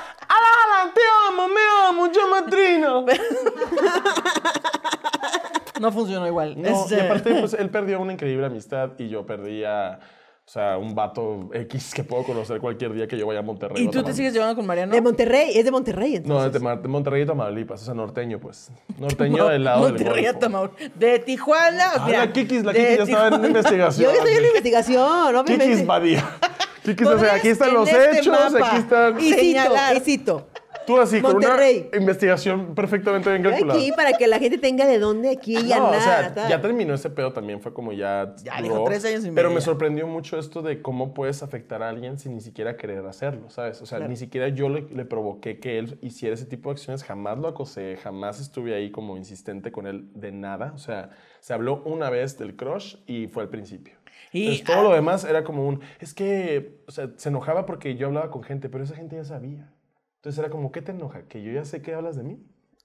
S5: ¡Alájala!
S4: te amo, me amo, yo me trino!
S1: No funcionó igual.
S4: No,
S1: Es,
S4: y
S1: eh,
S4: aparte, pues él perdió una increíble amistad y yo perdí a, o sea, un vato X que puedo conocer cualquier día que yo vaya a Monterrey.
S1: ¿Y
S4: o
S1: tú te
S4: Tamaulipas.
S1: sigues llevando con Mariano?
S2: De Monterrey, es de Monterrey, entonces.
S4: No, de Temar- de Monterrey y Tamaulipas, o sea, norteño, pues. Norteño del lado del
S1: Monterrey a
S4: Golfo.
S1: Tamaulipas. De Tijuana.
S4: Ah,
S1: mira,
S4: la Kikis, la
S1: de
S4: Kikis ya estaba en
S1: Tijuana.
S4: investigación.
S2: Yo estoy en investigación, obviamente.
S4: Kikis Badía. Kikis, o sea, aquí están los
S1: En este
S4: hechos,
S1: mapa.
S4: aquí están...
S2: Y cito,
S1: Señalar.
S2: y cito.
S4: Tú así, con
S2: Monterrey.
S4: una investigación perfectamente bien calculada.
S2: Aquí para que la gente tenga de dónde aquí y
S4: Ah, No,
S2: andar.
S4: o sea,
S2: tal.
S4: ya terminó ese pedo también, fue como ya...
S1: Ya, dijo
S4: duró,
S1: tres años y
S4: Pero
S1: medio.
S4: me sorprendió mucho esto de cómo puedes afectar a alguien sin ni siquiera querer hacerlo, ¿sabes? O sea, ni siquiera yo le, le provoqué que él hiciera ese tipo de acciones, jamás lo acosé, jamás estuve ahí como insistente con él de nada. O sea, se habló una vez del crush y fue al principio.
S1: Y- ah,
S4: Entonces, todo lo demás era como un... Es que, o sea, se enojaba porque yo hablaba con gente, pero esa gente ya sabía. Entonces era como, ¿qué te enoja? ¿Que yo ya sé que hablas de mí?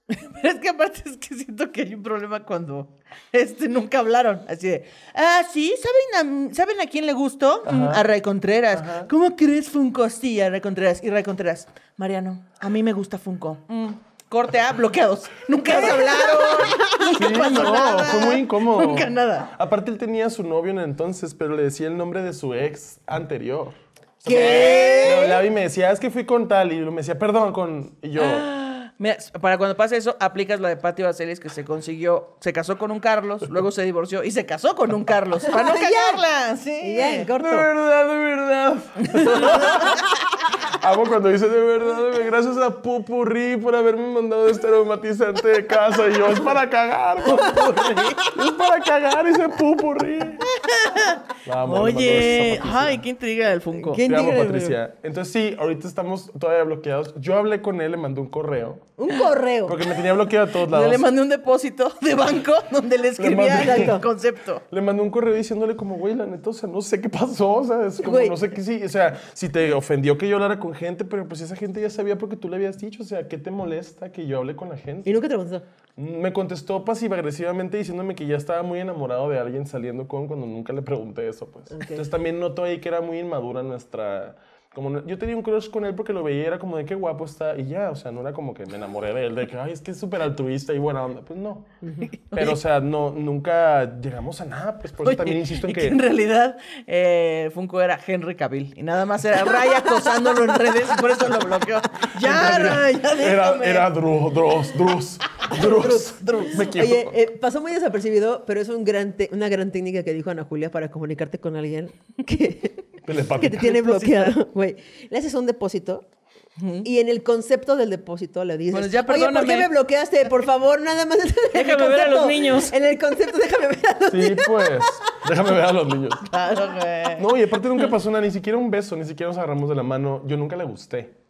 S1: Pero es que aparte es que siento que hay un problema cuando este, nunca hablaron. Así de, ah, sí, ¿saben a, ¿saben a quién le gustó? Mm, A Ray Contreras. ¿Cómo crees Funko? Sí, a Ray Contreras. Y Ray Contreras, Mariano, a mí me gusta Funko. Mm, Corte A, bloqueados. Nunca se hablaron.
S4: Sí,
S1: nunca pasó
S4: no,
S1: nada.
S4: fue muy incómodo.
S1: Nunca nada.
S4: Aparte, él tenía a su novio en el entonces, pero le decía el nombre de su ex anterior.
S2: ¿Qué?
S4: Me hablaba y me decía, es que fui con tal, y me decía, perdón, con. Y yo,
S1: Mira, para cuando pase eso, aplicas la de Patti Vaselis que se consiguió, se casó con un Carlos, luego se divorció y se casó con un Carlos. Para no
S2: Ya.
S1: cagarla, sí.
S2: Y ya, en
S4: de
S2: corto.
S4: verdad, de verdad. Amo cuando dice de verdad, de verdad, gracias a Pupurri por haberme mandado este aromatizante de casa. Y yo, es para cagar, Pupurri. Es para cagar ese Pupurri. La amo, le mando
S3: Oye,
S4: besos a Patricia.
S3: ay, qué intriga del Funko.
S2: ¿Qué
S4: Te amo,
S2: intriga,
S4: Patricia. Entonces, sí, ahorita estamos todavía bloqueados. Yo hablé con él, le mandé un correo.
S2: Un correo.
S4: Porque me tenía bloqueado a todos
S1: Yo
S4: lados.
S1: le mandé un depósito de banco donde le escribía
S4: mandé-
S1: el concepto.
S4: Le mandé un correo diciéndole como, güey, la neta, o sea, no sé qué pasó, o sea, es como,
S2: Güey.
S4: no sé qué sí, o sea, si te ofendió que yo hablara con gente, pero pues esa gente ya sabía porque tú le habías dicho, o sea, ¿qué te molesta que yo hable con la gente?
S2: Y nunca te lo contestó.
S4: Me contestó pasivo-agresivamente diciéndome que ya estaba muy enamorado de alguien saliendo con cuando nunca le pregunté eso, pues. Entonces también noto ahí que era muy inmadura nuestra... Como no- yo tenía un crush con él porque lo veía, y era como de qué guapo está y ya, o sea, no era como que me enamoré de él, de que, ay, es que es súper altruista y buena onda, pues no. Pero, o sea, no, nunca llegamos a nada, pues por eso
S1: Oye,
S4: también insisto en
S1: y que en
S4: que...
S1: realidad eh, Funko era Henry Cavill y nada más era Ray acosándolo en redes y por eso lo bloqueó. Ya, Ray, ya
S4: Era,
S1: déjame.
S4: era Dru- Dross, Drus, Drus, Me equivoco.
S2: Oye, eh, pasó muy desapercibido, pero es un gran te- una gran técnica que dijo Ana Julia para comunicarte con alguien que,
S4: Telepática.
S2: que te tiene bloqueado, güey. Le haces un depósito y en el concepto del depósito le dices,
S1: Bueno, ya
S2: oye, ¿por qué
S1: perdóname.
S2: me bloqueaste? Por favor, nada más. en el
S1: Déjame ver a los
S2: concepto,
S1: niños.
S2: En el concepto, déjame ver a los niños.
S4: Sí, pues. Déjame ver a los niños.
S1: Claro, güey.
S4: No, y aparte nunca pasó nada, ni siquiera un beso, ni siquiera nos agarramos de la mano. Yo nunca le gusté.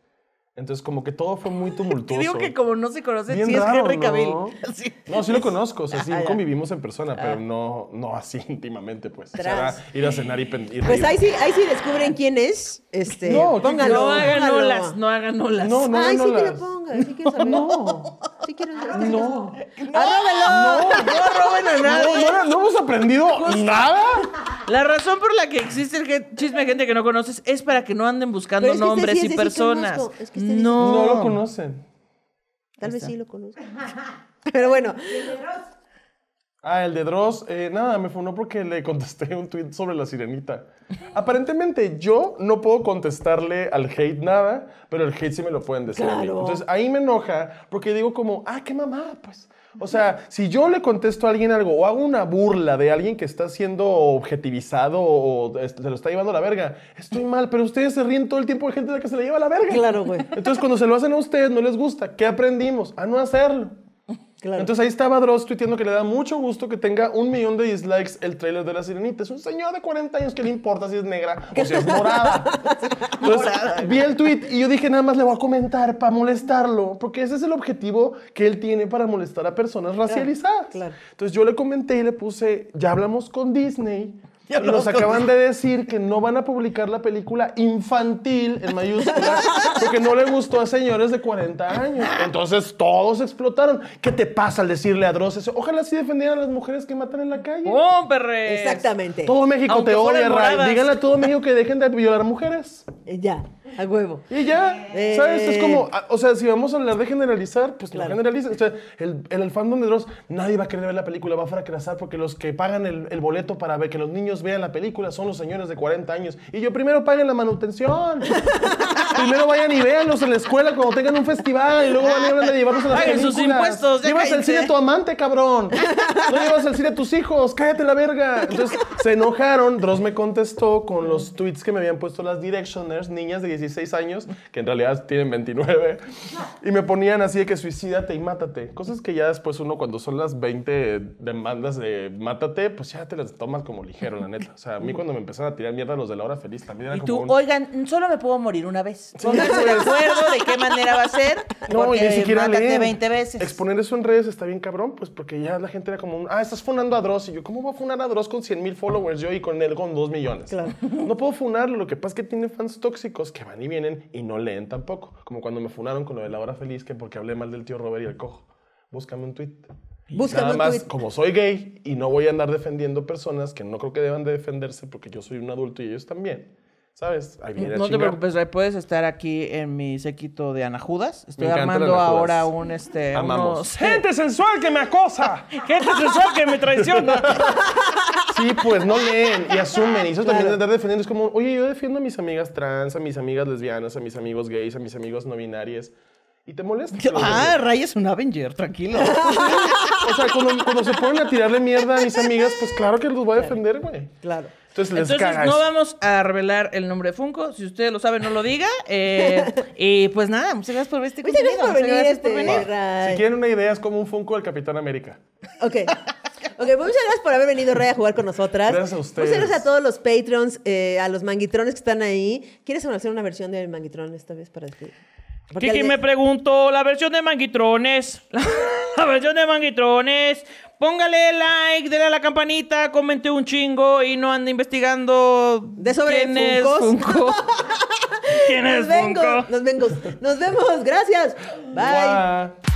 S4: Entonces, como que todo fue muy
S1: Te
S4: tumultuoso.
S1: digo que como no se conoce,
S4: Bien
S1: sí es
S4: raro,
S1: Henry
S4: ¿no?
S1: Cavill. Sí.
S4: No, sí lo conozco, o sea, sí
S1: Ah, ya.
S4: convivimos en persona, pero no, no así íntimamente, pues. O sea,
S2: Tras.
S4: era ir a cenar y, pen- y
S2: Pues
S4: reír.
S2: ahí sí, ahí sí descubren quién es. Este,
S4: No, ¿qué-
S2: póngalo.
S1: No hagan
S2: póngalo.
S1: olas, no hagan olas.
S4: No, no,
S2: Ay,
S4: no,
S2: sí
S4: las-
S2: que lo ponga, sí quiero saber.
S4: No.
S2: Sí quiero saber.
S4: No.
S1: ¡Arróbenlo! ¡No roben a nadie!
S4: No, no, no hemos aprendido nada.
S1: La razón por la que existe el gen- chisme de gente que no conoces es para que no anden buscando
S2: Pero es que este
S1: nombres
S2: sí es
S1: y
S2: de sí
S1: personas.
S2: conozco, es que este
S1: no.
S4: No lo conocen.
S2: Tal vez sí lo conozco. Pero bueno,
S4: Ah, el de Dross, eh, nada, me funó porque le contesté un tweet sobre la sirenita. Aparentemente yo no puedo contestarle al hate nada, pero el hate sí me lo pueden decir. a mí.
S2: Claro.
S4: Entonces ahí me enoja porque digo como, ah, qué mamada, pues. O sea, si yo le contesto a alguien algo o hago una burla de alguien que está siendo objetivizado o es- se lo está llevando a la verga, estoy mal, pero ustedes se ríen todo el tiempo de gente a la que se le lleva a la verga.
S2: Claro, güey.
S4: Entonces cuando se lo hacen a ustedes no les gusta. ¿Qué aprendimos? A no hacerlo.
S2: Claro.
S4: Entonces ahí estaba Dross tuiteando que le da mucho gusto que tenga un millón de dislikes el trailer de La Sirenita. Es un señor de 40 años que le importa si es negra o si es morada. Entonces vi el tweet y yo dije nada más le voy a comentar para molestarlo, porque ese es el objetivo que él tiene para molestar a personas racializadas.
S2: claro.
S4: Entonces yo le comenté y le puse, ya hablamos con Disney.
S1: Ya
S4: Y nos
S1: hablamos con
S4: acaban de decir que no van a publicar la película infantil en mayúsculas porque no le gustó a señores de 40 años. Entonces todos explotaron. ¿Qué te pasa al decirle a Dross eso? Ojalá sí defendieran a las mujeres que matan en la calle.
S1: ¡Oh, perre!
S2: Exactamente.
S4: Todo México
S1: Aunque
S4: te
S1: fueran
S4: odia, Ray.
S1: moradas.
S4: Díganle a todo México que dejen de violar mujeres.
S2: Eh, Ya, a huevo.
S4: Y ya,
S2: Eh.
S4: ¿sabes? Es como, ah, o sea, si vamos a hablar de generalizar, pues
S2: Claro.
S4: no generalicen. O sea, el, el, el fandom de Dross, nadie va a querer ver la película, va a fracasar porque los que pagan el, el boleto para ver que los niños vean la película son los señores de 40 años. Y yo primero paguen la manutención. primero vayan y véanlos en la escuela cuando tengan un festival y luego van y hablan de llevarlos a las
S1: Paguen sus
S4: películas.
S1: impuestos, ya
S4: Llevas al
S1: cállense.
S4: cine a tu amante, cabrón. No llevas al cine a tus hijos, cállate la verga. Entonces se enojaron. Dross me contestó con los tweets que me habían puesto las Directioners, niñas de 16 años, que en realidad tienen 29, y me ponían así de que suicídate y mátate. Cosas que ya después uno, cuando son las 20 demandas de mátate, pues ya te las tomas como ligero, la neta. O sea, a mí cuando me empezaron a tirar mierda los de la hora feliz también era
S1: Y tú,
S4: como. un-
S1: oigan, solo me puedo morir una vez. Pónganse de acuerdo de qué manera va a ser.
S4: No, y
S1: porque
S4: ni siquiera
S1: mátate
S4: leen.
S1: 20 veces.
S4: Exponer eso en redes está bien cabrón, pues porque ya la gente era como, un, ah, estás funando a Dross. Y yo, ¿cómo voy a funar a Dross con 100 mil followers yo y con él con 2 millones?
S2: Claro.
S4: No puedo funarlo. Lo que pasa es que tiene fans tóxicos que van y vienen y no leen tampoco. Como cuando me funaron con lo de la hora feliz, que porque hablé mal del tío Robert y el cojo. Búscame un tweet.
S2: Búscame
S4: Nada
S2: un
S4: más,
S2: tuit.
S4: como soy gay y no voy a andar defendiendo personas que no creo que deban de defenderse porque yo soy un adulto y ellos también. ¿Sabes? Ahí viene a
S1: Mm, No te
S4: chingar.
S1: preocupes, Ray, puedes estar aquí en mi séquito de Ana Judas. Estoy
S4: Me encanta
S1: armando
S4: la Ana Judas.
S1: ahora un este.
S4: Amamos.
S1: unos-
S4: ¡Gente sensual que me acosa!
S1: Gente sensual que me traiciona.
S4: Sí, pues no leen y asumen. Y eso también es andar defendiendo. Es como, oye, yo defiendo a mis amigas trans, a mis amigas lesbianas, a mis amigos gays, a mis amigos no binarias. Y te molesta.
S1: ah, Ray es un Avenger, tranquilo.
S4: O sea, cuando, cuando se ponen a tirarle mierda a mis amigas, pues claro que los voy a defender, güey.
S2: Claro.
S4: Entonces les
S1: Entonces
S4: cagas.
S1: no vamos a revelar el nombre de Funko. Si usted lo sabe, no lo diga. Eh, y pues nada, muchas gracias por ver este
S2: Muchas gracias
S1: contenido,
S2: por venir,
S1: gracias por
S2: este,
S1: venir.
S2: Ray.
S4: Si quieren una idea, es como un Funko del Capitán América.
S2: Ok. Ok, pues muchas gracias por haber venido, Ray, a jugar con nosotras.
S4: Gracias a ustedes.
S2: Muchas gracias a todos los Patreons, eh, a los manguitrones que están ahí. ¿Quieres hacer una versión del manguitrón esta vez para ti? Porque
S1: Kiki
S2: alguien-
S1: me preguntó la versión de Manguitrones. La, versión de Manguitrones. Póngale like, dele a la campanita, comente un chingo y no ande investigando
S2: De sobre
S1: quién es
S2: Funkos.
S1: Funko. ¿Quién es
S2: Nos vengo,
S1: Funko?
S2: nos vengo. Nos vemos, gracias. Bye.
S4: Guau.